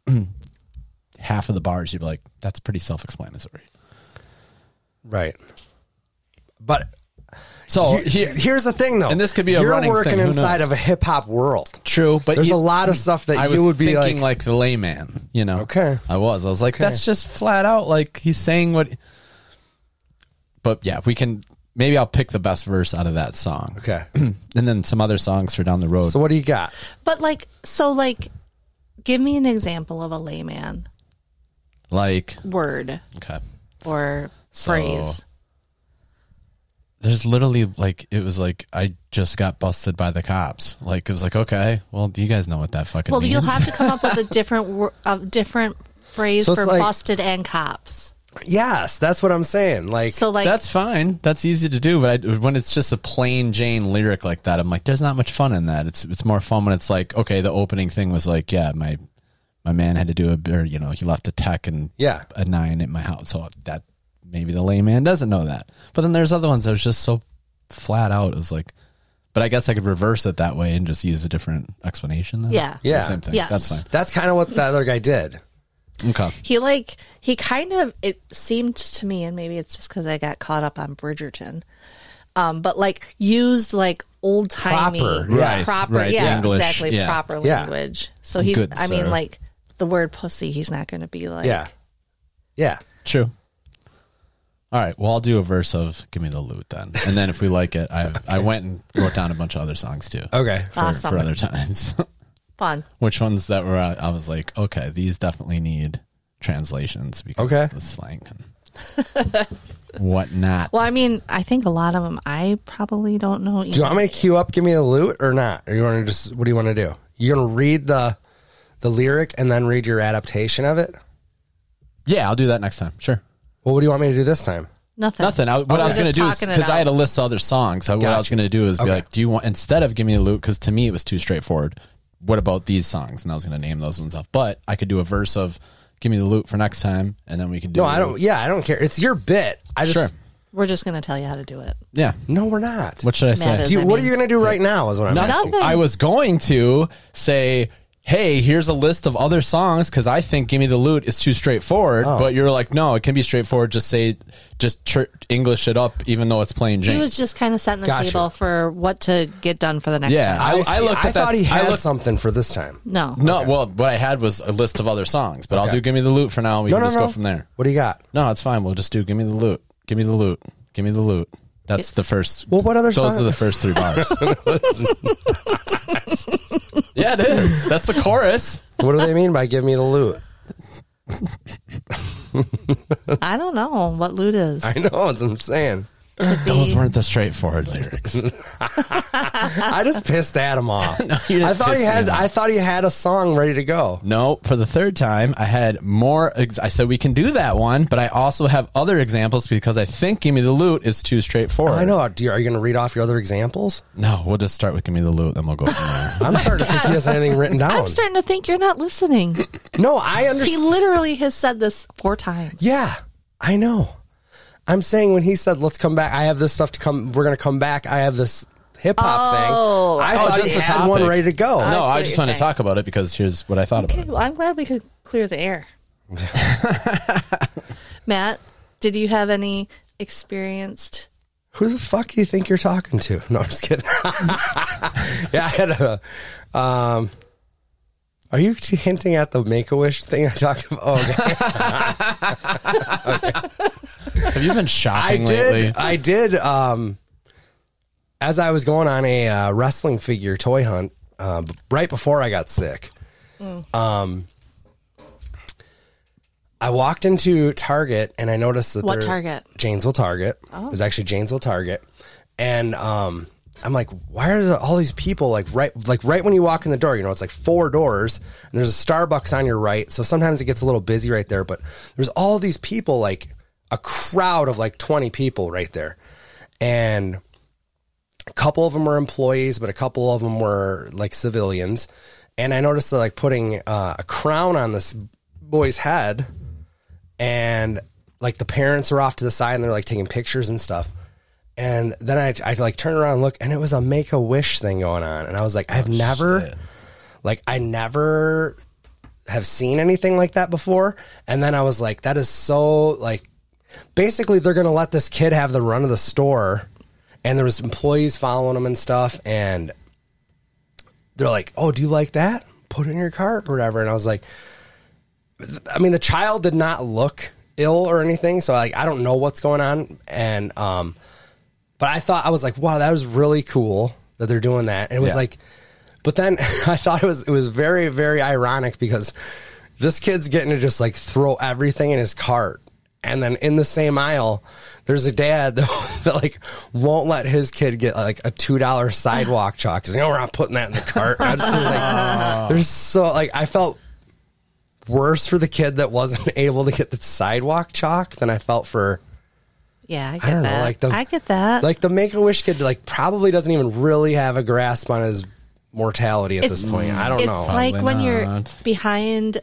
(clears throat) half of the bars you'd be like, that's pretty self explanatory. Right. But So he- here, here's the thing, though. and this could be a You're running working thing, who inside knows? of a hip hop world. True, but There's you- a lot of stuff that I you was would be thinking like- like, the layman, you know. Okay. I was. I was like, that's just flat out like he's saying what. But yeah, we can. Maybe I'll pick the best verse out of that (clears throat) song. Okay. (clears throat) and then some other songs for down the road. so what do you got? But like so like give me an example of a layman like, word. okay. or So- phrase. There's literally like it was like I just got busted by the cops. Like it was like okay, well, do you guys know what that fucking Well, means? you'll have to come (laughs) up with a different wor- a different phrase So it's for like- busted and cops. Yes, that's what I'm saying. Like, So like That's fine. That's easy to do. But I, when it's just a plain Jane lyric like that, I'm like, there's not much fun in that. It's it's more fun when it's like, okay, the opening thing was like, yeah, my my man had to do a or you know he left a tech and Yeah. a nine at my house. So that maybe the layman doesn't know that. But then there's other ones that was just so flat out. It was like, but I guess I could reverse it that way and just use a different explanation. Then. Yeah. Yeah. same thing. Yes. That's fine. that's kind of what the other guy did. Okay. he like he kind of it seemed to me, and maybe it's just because I got caught up on Bridgerton, um, but like used like old timey Proper, right, proper right, yeah, English, exactly, yeah. proper Yeah. language. So he's, Good, I mean, sir. like the word pussy, he's not going to be like, Yeah. Yeah. True. All right. Well, I'll do a verse of "Give Me the Loot" then, and then if we like it, I I went and wrote down a bunch of other songs too Okay. for, Awesome. for other times. (laughs) Fun. Which ones that were I was like, okay, these definitely need translations because Okay. of the slang and (laughs) whatnot. Well, I mean, I think a lot of them I probably don't know. e-, Do you Either. want me to queue up? Give me the loot or not? Or you want to just? What do you want to do? You're gonna read the the lyric and then read your adaptation of it. Yeah, I'll do that next time. Sure. Well, what do you want me to do this time? Nothing. Nothing. I, what I was Okay. going to Just do is talking it because I out. had a list of other songs. So what I was Gotcha. going to do is be Okay. like, do you want instead of give me a loot? Because to me it was too straightforward. What about these songs? And I was going to name those ones off. But I could do a verse of give me the loot for next time, and then we can do. No, I don't. Yeah, I don't care. It's your bit. I just. Sure. We're just gonna tell you how to do it. Yeah. No, we're not. What should I say? Matters. do you, I what are mean- you gonna do right now? Is what I'm Nothing. asking. Nothing. I was going to say, hey, here's a list of other songs because I think "Give Me the Loot" is too straightforward. Oh. But you're like, no, it can be straightforward. Just say, just chur English it up, even though it's plain He Jane. was just kind of setting the Gotcha. table for what to get done for the next Yeah. time. I- I see. looked I at that- thought he I had looked- something for this time. No. (laughs) no, well, what I had was a list of other songs, but I'll Oh, Okay. do "Give Me the Loot" for now. and We No, can no, just no. go from there. What do you got? No, it's fine. We'll just do "Give Me the Loot," "Give Me the Loot," "Give Me the Loot." That's the first. Well, what other Those song- (laughs) are the first three bars. yeah, it is. That's the chorus. What do they mean by give me the loot? I don't know what loot (laughs) is. I know that's what I'm saying. Could be- Those weren't the straightforward lyrics. I just pissed Adam (laughs) off. you didn't I thought piss he had. me off. I thought he had a song ready to go. No, for the third time, I had more. Ex- I said we can do that one, but I also have other examples because I think "Give Me the Loot" is too straightforward. I know. Do you, are you going to read off your other examples? No, we'll just start with "Give Me the Loot," then we'll go (laughs) from there. I'm starting to think he has anything (laughs) written down. I'm starting to think you're not listening. no, I he understand. literally has said this four times. yeah, I know. I'm saying when he said, "Let's come back," I have this stuff to come. We're going to come back. I have this hip hop Oh. thing. I Oh, thought just he the had topic. one ready to go. no, what I you're just want to saying. talk about it because here's what I thought Okay, about it. well, I'm glad we could clear the air. (laughs) Matt, did you have any experienced? Who the fuck do you think you're talking to? (laughs) No, I'm just kidding. yeah, I had a. Um, are you hinting at the Make a Wish thing I talked about? Oh, okay. (laughs) Have you I been shopping lately? did. (laughs) I did. Um, as I was going on a uh, wrestling figure toy hunt uh, b- right before I got sick, um, I walked into Target and I noticed that What there- Target? Oh. Janesville Target. It was actually Janesville Target, and um, I'm like, why are there all these people like right like right when you walk in the door? You know, it's like four doors, and there's a Starbucks on your right. So sometimes it gets a little busy right there, but there's all these people like a crowd of like 20 people right there, and a couple of them were employees, but a couple of them were like civilians. And I noticed they're like putting uh, a crown on this boy's head, and like the parents are off to the side and they're like taking pictures and stuff. And then I, I like turn around and look, and it was a make a wish thing going on. And I was like, I've never, like, I never have seen anything like that before. And then I was like, that is so like basically they're gonna let this kid have the run of the store and there was employees following him and stuff and they're like, Oh, do you like that? Put it in your cart or whatever. And I was like I mean the child did not look ill or anything, so like I don't know what's going on. And um but I thought I was like, wow, that was really cool that they're doing that. And it was Yeah. like but then (laughs) I thought it was it was very very ironic because this kid's getting to just like throw everything in his cart, and then in the same aisle, there's a dad (laughs) that, that, like won't let his kid get like a two dollar sidewalk chalk. He's like, no, we're not putting that in the cart. I just was like, there's so like I felt worse for the kid that wasn't (laughs) able to get the sidewalk chalk than I felt for Yeah, I get I don't that. know, like the I get that. Like the Make a Wish kid, like probably doesn't even really have a grasp on his mortality at this It's- point. I don't it's know. like Probably when you're not. behind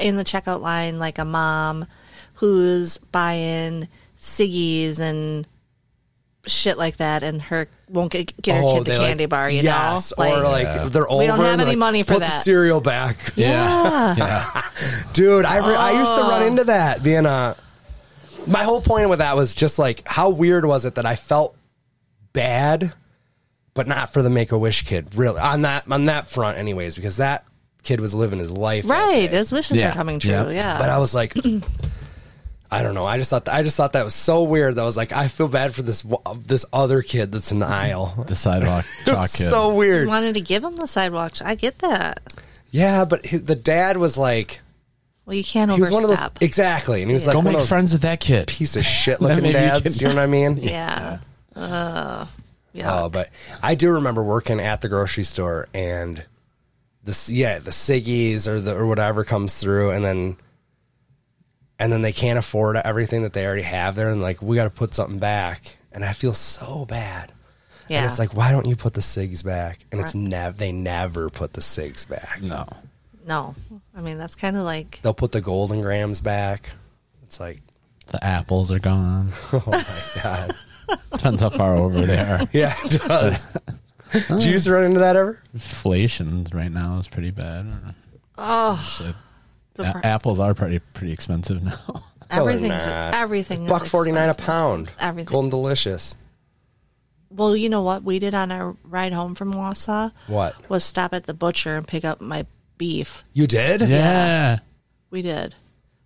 in the checkout line, like a mom who's buying ciggies and shit like that, and her won't get, get her kid the they, Oh, like- candy bar. You yes, know, or (laughs) like they're over. We don't have and, any like, money for put the that. cereal back, Yeah. dude. I, re- I used to Ah. run into that being a. My whole point with that was just like how weird was it that I felt bad, but not for the Make a Wish kid. Really on that on that front, anyways, because that kid was living his life that right, day. his wishes Yeah. are coming true. Yep. Yeah, But I was like, (clears throat) I don't know. I just thought I just thought that was so weird. That I was like, I feel bad for this wa- this other kid that's in the aisle. (laughs) The sidewalk It chalk was kid. so weird. wanted to give him the sidewalk. I get that. Yeah, but hi the dad was like, Well, you can't he was one of those overstep. exactly, and he was like Don't one make of those friends with that kid. piece of (laughs) shit looking maybe you dads. can- Do you know what I mean? yeah. Uh, yeah. (laughs) Oh, but I do remember working at the grocery store and this yeah, the Siggies or the or whatever comes through and then and then they can't afford everything that they already have there and like we gotta put something back. And I feel so bad. yeah. And it's like, why don't you put the SIGs back? And it's never they never put the SIGs back. No. no. I mean, that's kind of like They'll put the golden grams back. It's like, The apples are gone. oh (laughs) my god. Depends how far over (laughs) they are. Yeah, it does. Do you used to run into that ever? Inflation right now is pretty bad. oh, So, the a- pr- apples are pretty pretty expensive now. (laughs) everything's not. everything. is Buck forty nine a expensive. pound. Everything. Golden delicious. Well, you know what we did on our ride home from Wausau What? was stop at the butcher and pick up my beef. You did? yeah. We did.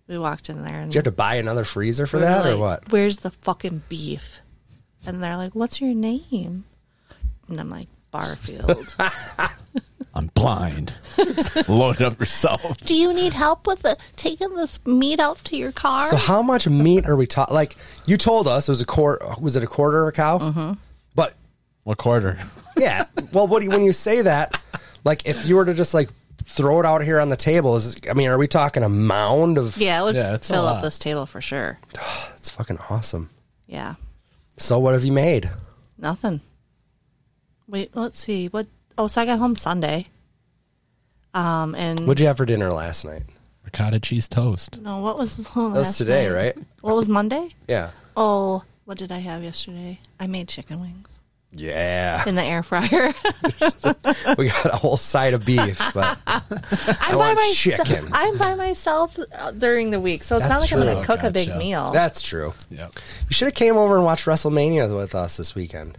We walked in there and Do you have to buy another freezer for we were that or like, what? Where's the fucking beef? And they're like, "What's your name?" And I'm like, (laughs) "Barfield." I'm (laughs) blind. Load it up yourself. Do you need help with the, taking this meat out to your car? So how much meat are we talking? Like you told us it was a quarter. Was it a quarter of a cow? Mm-hmm. But What quarter? yeah, (laughs) well, what do you, when you say that, like if you were to just like throw it out here on the table, is I mean, are we talking a mound of? yeah, it would Yeah, it's a fill lot. up this table for sure. that's fucking awesome. Yeah, So what have you made? nothing. Wait, let's see. What? Oh, so I got home Sunday. Um, and What'd you have for dinner last night? Ricotta cheese toast. no, what was (laughs) That was today, right? What was Monday? Yeah. Oh, what did I have yesterday? I made chicken wings Yeah, in the air fryer. (laughs) (laughs) we got a whole side of beef, (laughs) but I'm want myse- chicken. I'm by myself uh, during the week, so it's not That's like I'm going true. to cook a big Gotcha. meal. that's true. Yep. You should have came over and watched WrestleMania with us this weekend.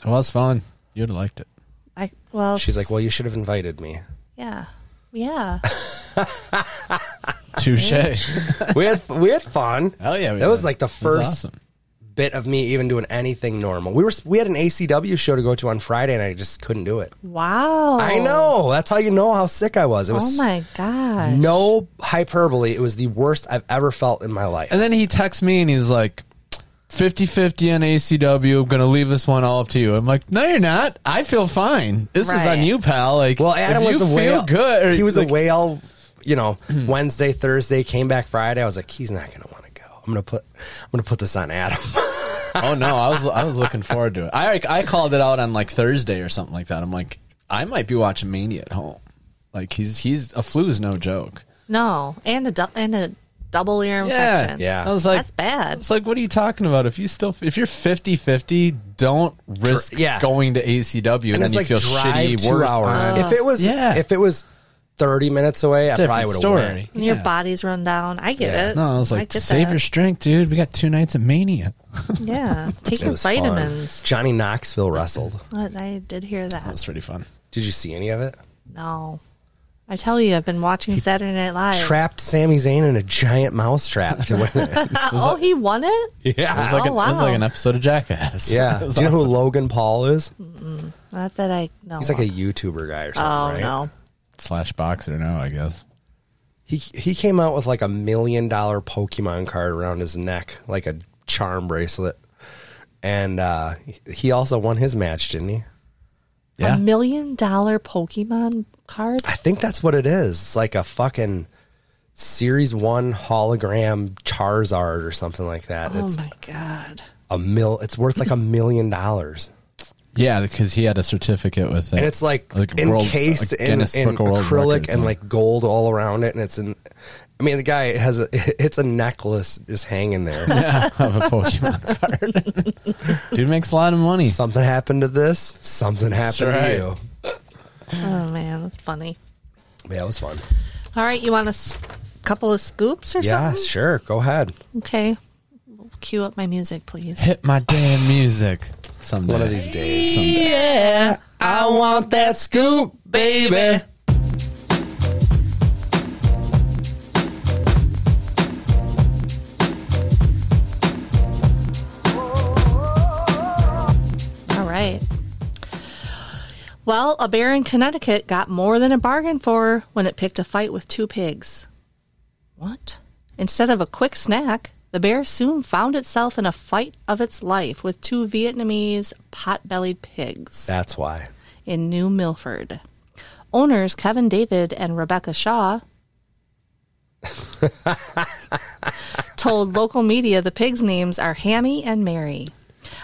It was fun. You'd have liked it. I well, She's like, "Well, you should have invited me." yeah, yeah. Touche. (laughs) we had (laughs) we had fun. Hell yeah. we that was did. like the It was first awesome. bit of me even doing anything normal. We were we had an ACW show to go to on Friday, and I just couldn't do it. Wow. I know. That's how you know how sick I was. It Oh was my god. no hyperbole. It was the worst I've ever felt in my life. And then he texts me and he's like, 50 50 on ACW. I'm going to leave this one all up to you. I'm like, no, you're not. I feel fine. This is Right. on you, pal. Like, Well, Adam if was you away. feel all- good. or, he was like, away all you (clears throat) know Wednesday, Thursday. Came back Friday. I was like, he's not going to want to go. I'm going to put I'm going to put this on Adam. oh, no. I was I was looking forward to it. I, like, I called it out on like Thursday or something like that. I'm like, I might be watching Mania at home. Like, he's, he's a flu's no joke. No, and a dou- and a double ear infection. yeah. I was like, That's bad. It's like, what are you talking about? If you still, if you're 50 50, don't risk yeah. going to ACW And and, then it's you like feel drive shitty two worse. hours. on it. if it was Yeah. if it was thirty minutes away, I probably Different would have went. story. And Yeah. Your body's run down. I get Yeah. it. No, I was like, get save that. your strength, dude. We got two nights of Mania. (laughs) yeah. Take It your was fun. vitamins. Johnny Knoxville wrestled. What- I did hear That that. was (laughs) pretty fun. Did you see any of it? No, I tell you, I've been watching Saturday Night Live. Trapped Sami Zayn in a giant mouse (laughs) trap to win it. oh, he won it. It was like, an, Oh, it was like wow. an episode of Jackass. Yeah. (laughs) It Do you was know who awesome. Logan Paul is? Not that I know. (laughs) He's like a YouTuber guy or something, oh right? no. slash boxer now, I guess. He he came out with like a million dollar Pokemon card around his neck, like a charm bracelet. And uh, he also won his match, didn't he? Yeah. A million dollar Pokemon card. I think that's what it is. It's like a fucking series one hologram Charizard or something like that. Oh It's my god. a mil it's worth like a million dollars. Yeah, because he had a certificate with it. and it's like, Like world- encased like in, Guinness in Book of World acrylic Records, and yeah. like gold all around it, and it's in. I mean, the guy has a (laughs) it's a necklace just hanging (laughs) there. yeah, (laughs) of a Pokemon card. (laughs) Dude makes a lot of money. something happened to this. Something happened right. to you. Oh man, that's funny. Yeah, it was fun. All right, you want a s- couple of scoops or Yeah, something? sure. Go ahead. Okay. Cue up my music, please. Hit my damn music. Someday. One of these days. Someday. Yeah. I want that scoop, baby. Well, a bear in Connecticut got more than it bargained for when it picked a fight with two pigs. What? Instead of a quick snack, the bear soon found itself in a fight of its life with two Vietnamese pot bellied pigs That's why. in New Milford. Owners Kevin David and Rebecca Shaw told local media the pigs' names are Hammy and Mary.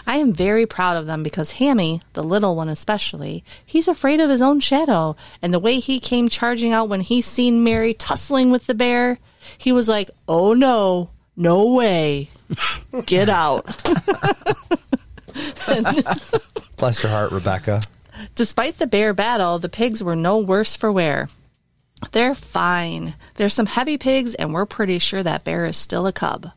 I am very proud of them because Hammy, the little one especially, he's afraid of his own shadow, and the way he came charging out when he seen Mary tussling with the bear, he was like, "Oh no, no way, get out!" Bless your heart, Rebecca. Despite the bear battle, the pigs were no worse for wear. They're fine. There's some heavy pigs, and we're pretty sure that bear is still a cub.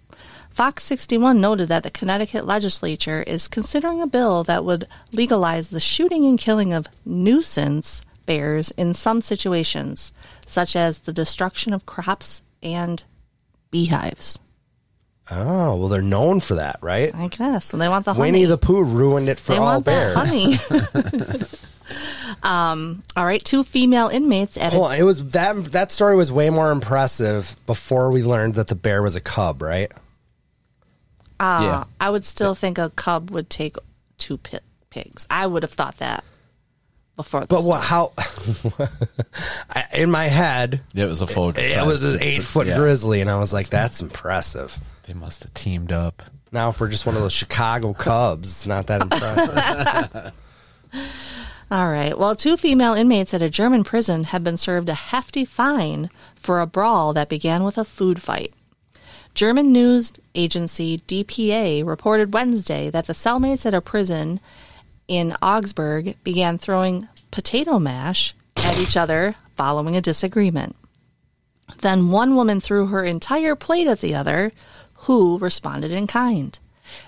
Fox 61 noted that the Connecticut legislature is considering a bill that would legalize the shooting and killing of nuisance bears in some situations, such as the destruction of crops and beehives. Oh, well, they're known for that, right? I guess. And they want the honey. Winnie the Pooh ruined it for they all want bears. the honey. (laughs) (laughs) um, all right. Two female inmates at a Hold on, it was that that story was way more impressive before we learned that the bear was a cub, right? Uh, Yeah. I would still think a cub would take two pi pigs. I would have thought that before. But this. what? How? (laughs) I, in my head, It was a full. it was an eight foot yeah. grizzly, and I was like, "That's impressive." They must have teamed up. Now, if we're just one of those Chicago Cubs, it's not that (laughs) impressive. All right. Well, two female inmates at a German prison have been served a hefty fine for a brawl that began with a food fight. German news agency DPA reported Wednesday that the cellmates at a prison in Augsburg began throwing potato mash at each other following a disagreement. Then one woman threw her entire plate at the other, who responded in kind.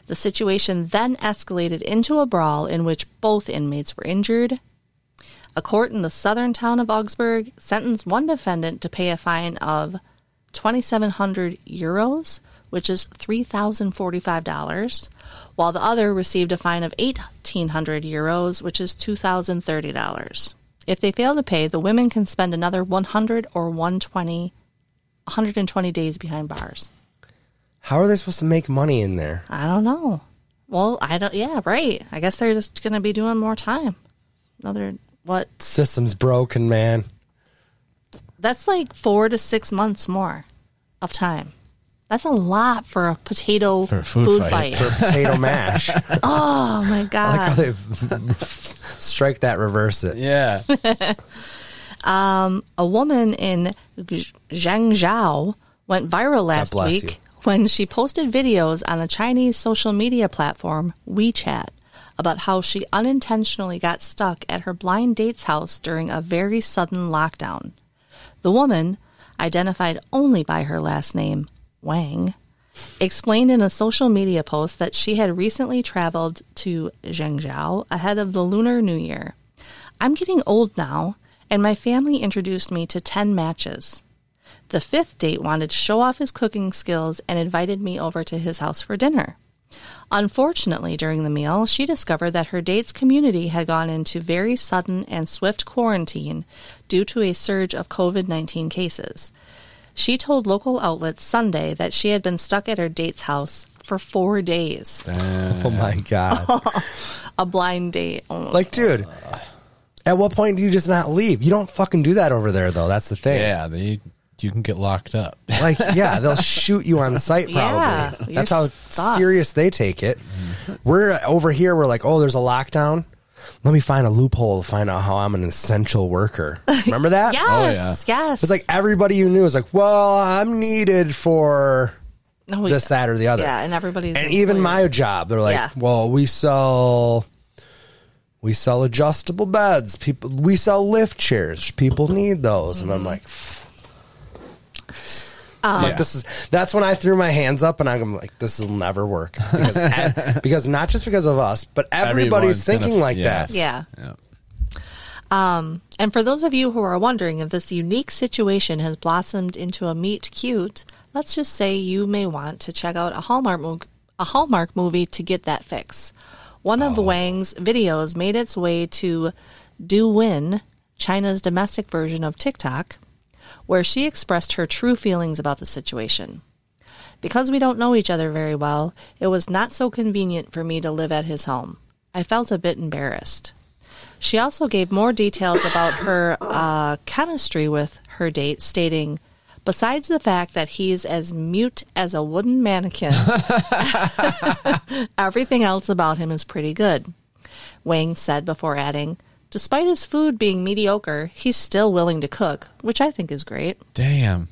The situation then escalated into a brawl in which both inmates were injured. A court in the southern town of Augsburg sentenced one defendant to pay a fine of 2,700 euros, which is $3,045, while the other received a fine of 1,800 euros, which is $2,030. If they fail to pay, the women can spend another 100 or 120, 120 days behind bars. how are they supposed to make money in there? I don't know. Well, I don't. Yeah, right. I guess they're just going to be doing more time. Another what? Systems broken, man. That's like four to six months more of time. That's a lot for a potato For a food fight. For potato mash, I oh my god! like how they (laughs) strike that, reverse it. Yeah. a woman in G- Zhangzhou went viral last bless week you. when she posted videos on the Chinese social media platform WeChat about how she unintentionally got stuck at her blind date's house during a very sudden lockdown. The woman, identified only by her last name, Wang, explained in a social media post that she had recently traveled to Zhengzhou ahead of the Lunar New Year. I'm getting old now, and my family introduced me to 10 matches. The fifth date wanted to show off his cooking skills and invited me over to his house for dinner. Unfortunately, during the meal, she discovered that her date's community had gone into very sudden and swift quarantine due to a surge of COVID 19 cases. She told local outlets Sunday that she had been stuck at her date's house for four days. Oh my god! A blind date. Oh, Like, dude, at what point do you just not leave? You don't fucking do that over there, though. That's the thing. yeah. They. You can get locked up. (laughs) Like, yeah, they'll shoot you on sight Yeah, probably. you're That's how stuck. serious they take it. We're over here, we're like, oh, there's a lockdown. Let me find a loophole to find out how I'm an essential (laughs) worker. Remember that? Oh, yes, yes. It's like everybody you knew was like, well, I'm needed for no, we- this, that, or the other. Yeah, and everybody's and even employed. my job, they're like, Yeah. well, we sell. We sell adjustable beds. People, we sell lift chairs. People need those, and I'm like, I'm like, Yeah. this is that's when I threw my hands up and I'm like, this will never work because, (laughs) ev- because not just because of us, but everybody's Everyone's gonna thinking f- like yeah. that. Yeah. Um, Yeah. And for those of you who are wondering if this unique situation has blossomed into a meet cute, let's just say you may want to check out a Hallmark mo- a Oh. Hallmark movie to get that fix. One of Wang's videos made its way to Du Win, China's domestic version of TikTok, where she expressed her true feelings about the situation. Because we don't know each other very well, it was not so convenient for me to live at his home. I felt a bit embarrassed. She also gave more details about her uh, chemistry with her date, stating, Besides the fact that he's as mute as a wooden mannequin, (laughs) everything else about him is pretty good. Wang said before adding, Despite his food being mediocre, he's still willing to cook, which I think is great. Damn.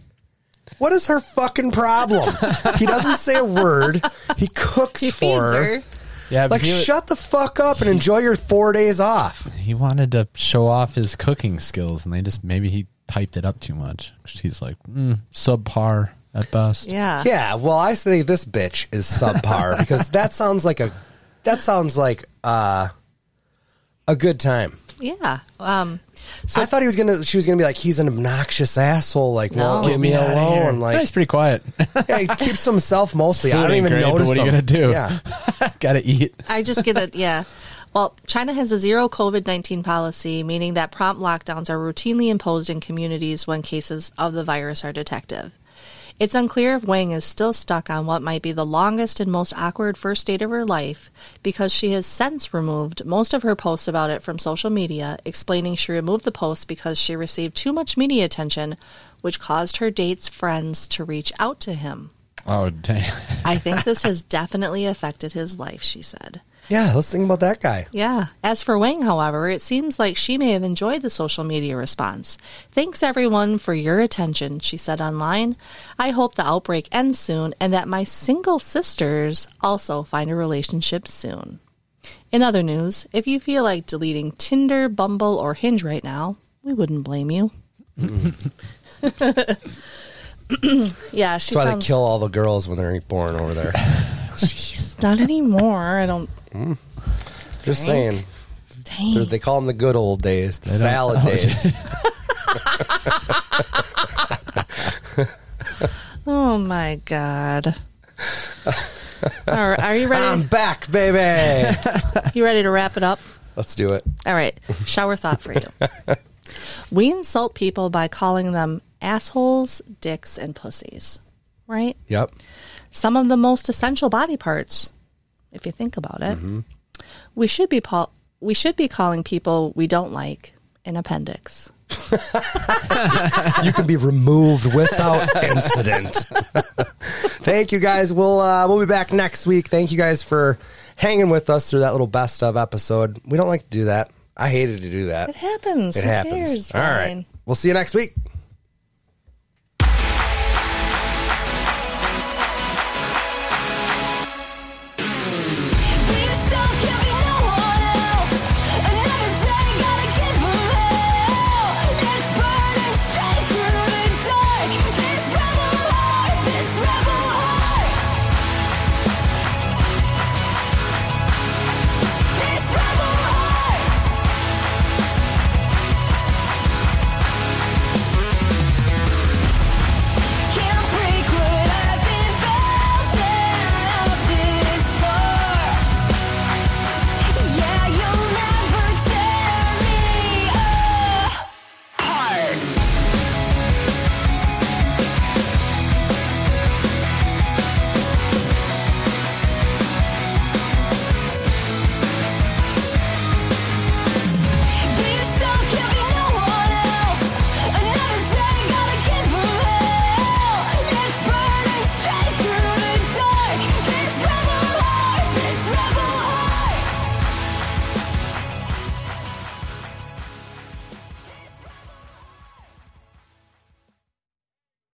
What is her fucking (laughs) problem? he doesn't say a word. He cooks He for feeds her. her. Yeah, but Like, he, shut the fuck up and enjoy your four days off. he wanted to show off his cooking skills, and they just maybe he typed it up too much. He's like mm, subpar at best. Yeah. Yeah, well, I say this bitch is (laughs) subpar because that sounds like a that sounds like uh, a good time. Yeah. Um, I thought he was gonna. She was gonna be like, he's an obnoxious asshole. Like, won't No. leave me outta here. alone. Like, (laughs) he's pretty (laughs) quiet. yeah, he keeps to himself mostly. I Food don't ain't even great, but notice. What are you him. gonna do? Yeah, (laughs) Gotta eat. I just get it. Yeah. Well, China has a zero COVID 19 policy, meaning that prompt lockdowns are routinely imposed in communities when cases of the virus are detected. It's unclear if Wang is still stuck on what might be the longest and most awkward first date of her life because she has since removed most of her posts about it from social media, explaining she removed the posts because she received too much media attention, which caused her date's friends to reach out to him. Oh damn. I think this has definitely affected his life, she said. yeah. Let's think about that guy. Yeah. As for Wang, however, it seems like she may have enjoyed the social media response. Thanks everyone for your attention, she said online. I hope the outbreak ends soon and that my single sisters also find a relationship soon. In other news, if you feel like deleting Tinder, Bumble, or Hinge right now, we wouldn't blame you. (laughs) yeah, she Mm-hmm. That's why sounds they kill all the girls when they're born over there. Jeez, not anymore. I don't. Just saying. Dang. There's- They call them the good old days, the salad (laughs) days. Oh my god. All right, are you I'm ready? back, (laughs) baby. You ready to wrap it up? Let's do it. All right. Shower thought for you. (laughs) we insult people by calling them assholes, dicks, and pussies. Right? Yep. Some of the most essential body parts, if you think about it. Mm-hmm. We should be pa- we should be calling people we don't like an appendix. You can be removed without incident. (laughs) Thank you guys. We'll uh, we'll be back next week. Thank you guys for hanging with us through that little best of episode. We don't like to do that. I hated to do that. It happens. It Who happens. cares? All Fine. right. We'll see you next week.